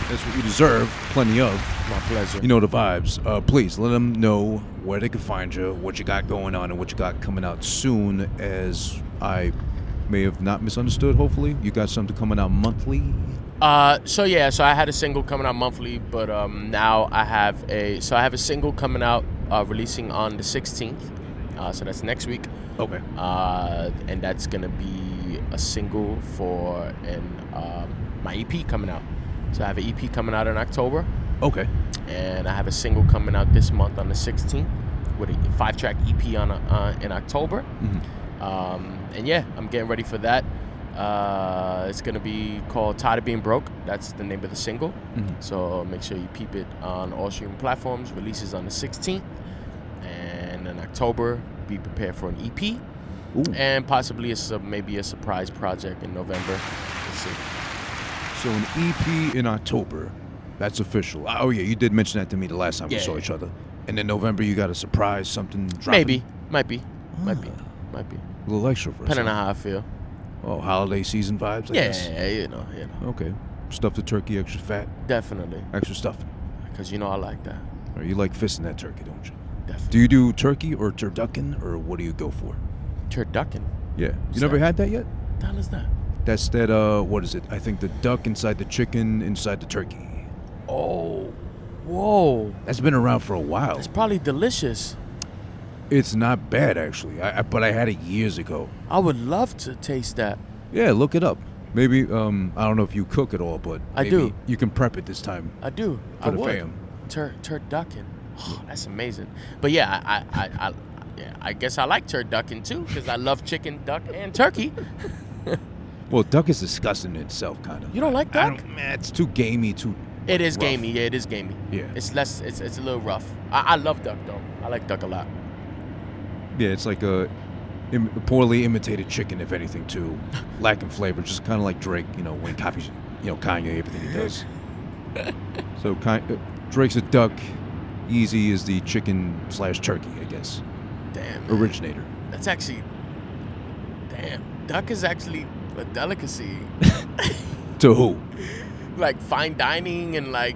That's what you deserve, plenty of. My pleasure. You know the vibes. Uh, please let them know where they can find you, what you got going on, and what you got coming out soon. As I may have not misunderstood, hopefully you got something coming out monthly. Uh, so yeah, so I had a single coming out monthly, but um, now I have a so I have a single coming out uh, releasing on the 16th. Uh, so that's next week, Okay. uh, and that's gonna be a single for an um, my EP coming out. So I have an EP coming out in October, Okay. and I have a single coming out this month on the 16th with a five-track EP on uh, in October. Mm-hmm. Um, and yeah, I'm getting ready for that. Uh, it's gonna be called "Tired of Being Broke." That's the name of the single. Mm-hmm. So make sure you peep it on all streaming platforms. Releases on the 16th, and in October, be prepared for an EP, Ooh. and possibly a sub, maybe a surprise project in November. We'll see. So an EP in October. That's official. Oh yeah, you did mention that to me the last time we Yeah, saw yeah. each other. And in November you got a surprise, something dropping. Ah. Maybe, might be, might be, might be. A little extra for us. Depending on how I feel. Oh, holiday season vibes. I Yeah, guess. you know, you know, Okay. Stuff the turkey, extra fat, definitely, extra stuffing. because you know I like that. Or you like fisting that turkey, don't you? Do Definitely. you do turkey or turducken or what do you go for? Turducken. Yeah. You What's never that? had that yet? What the hell is that? That's that. Uh, what is it? I think the duck inside the chicken inside the turkey. Oh, Whoa, that's been around for a while. it's probably delicious. It's not bad actually. I, I but I had it years ago. I would love to taste that. Yeah, look it up. Maybe um, I don't know if you cook at all, but I maybe do. You can prep it this time. I do. For I the would. fam. Tur- turducken. Oh, that's amazing. But yeah, I, I, I, I, yeah, I guess I like turducken too because I love chicken, duck, and turkey. Well, duck is disgusting in itself, kind of. You don't like I duck? don't, man, it's too gamey. Too. It is rough. gamey. Yeah, it is gamey. Yeah. It's less. It's, it's a little rough. I, I love duck though. I like duck a lot. Yeah, it's like a Im- poorly imitated chicken, if anything, too. Lacking flavor, just kind of like Drake. You know, when he copies, you know, Kanye, everything he does. so Ki- uh, Drake's a duck. Easy is the chicken slash turkey, I guess. Damn. man. Originator. That's actually. Damn. Duck is actually a delicacy. To who? like fine dining and like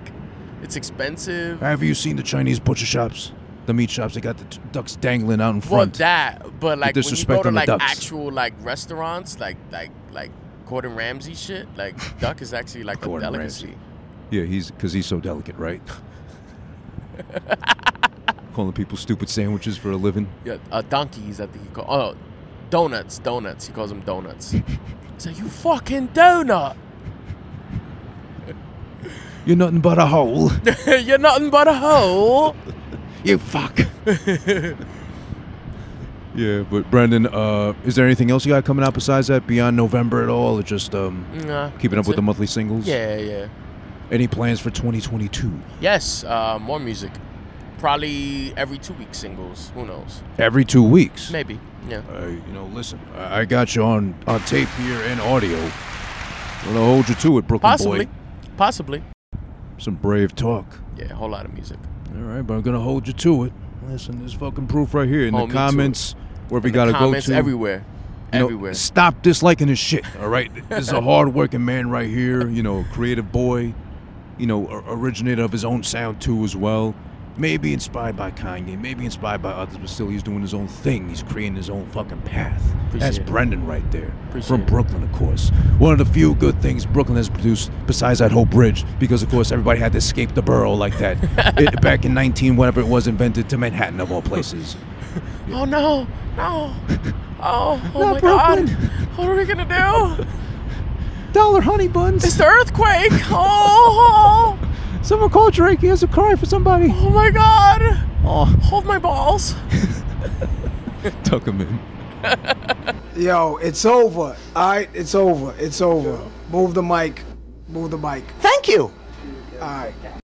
it's expensive. Have you seen the Chinese butcher shops? The meat shops, they got the t- ducks dangling out in Well, front. that, but like when you go disrespect to on the like ducks. actual like restaurants, like like like Gordon Ramsay shit, like duck is actually like a Gordon delicacy. Ramsay. yeah, he's because he's so delicate, right? Calling people stupid sandwiches for a living. Yeah, uh, donkeys. I think he call. Oh, donuts, donuts. He calls them donuts. He's like, you fucking donut. You're nothing but a hole. You're nothing but a hoe. you fuck. yeah, but Brendan, uh, is there anything else you got coming out besides that beyond November at all, or just um, Nah, keeping up that's with the it. monthly singles? Yeah, yeah. Any plans for 2022? Yes, uh, more music. Probably every two week singles. Who knows? Every two weeks. Maybe. Yeah. Uh, you know, listen, I, I got you on, on tape here and audio. Well, I'll hold you to it, Brooklyn Possibly. boy. Possibly. Some brave talk. Yeah, a whole lot of music. All right, but I'm gonna hold you to it. Listen, there's fucking proof right here in Hold me the to comments. Wherever you The gotta comments go to. everywhere. You know, everywhere. Stop disliking his shit. All right, this is a hard-working man right here. You know, creative boy. You know, or- originator of his own sound too, as well. Maybe inspired by Kanye, maybe inspired by others, but still he's doing his own thing. He's creating his own fucking path. That's Appreciate it. Brendan right there, Appreciate from it. Brooklyn, of course. One of the few good things Brooklyn has produced, besides that whole bridge, because of course everybody had to escape the borough like that it, back in 19 whatever it was invented to Manhattan of all places. Oh no, no. Oh, oh Not my god. Brooklyn. What are we gonna do? Dollar honey buns. It's the earthquake. Oh, oh, Someone called Drake. He has a cry for somebody. oh my god. Oh, Hold my balls. tuck him in. Yo, it's over. All right, it's over. It's over. Move the mic. Move the mic. Thank you. All right.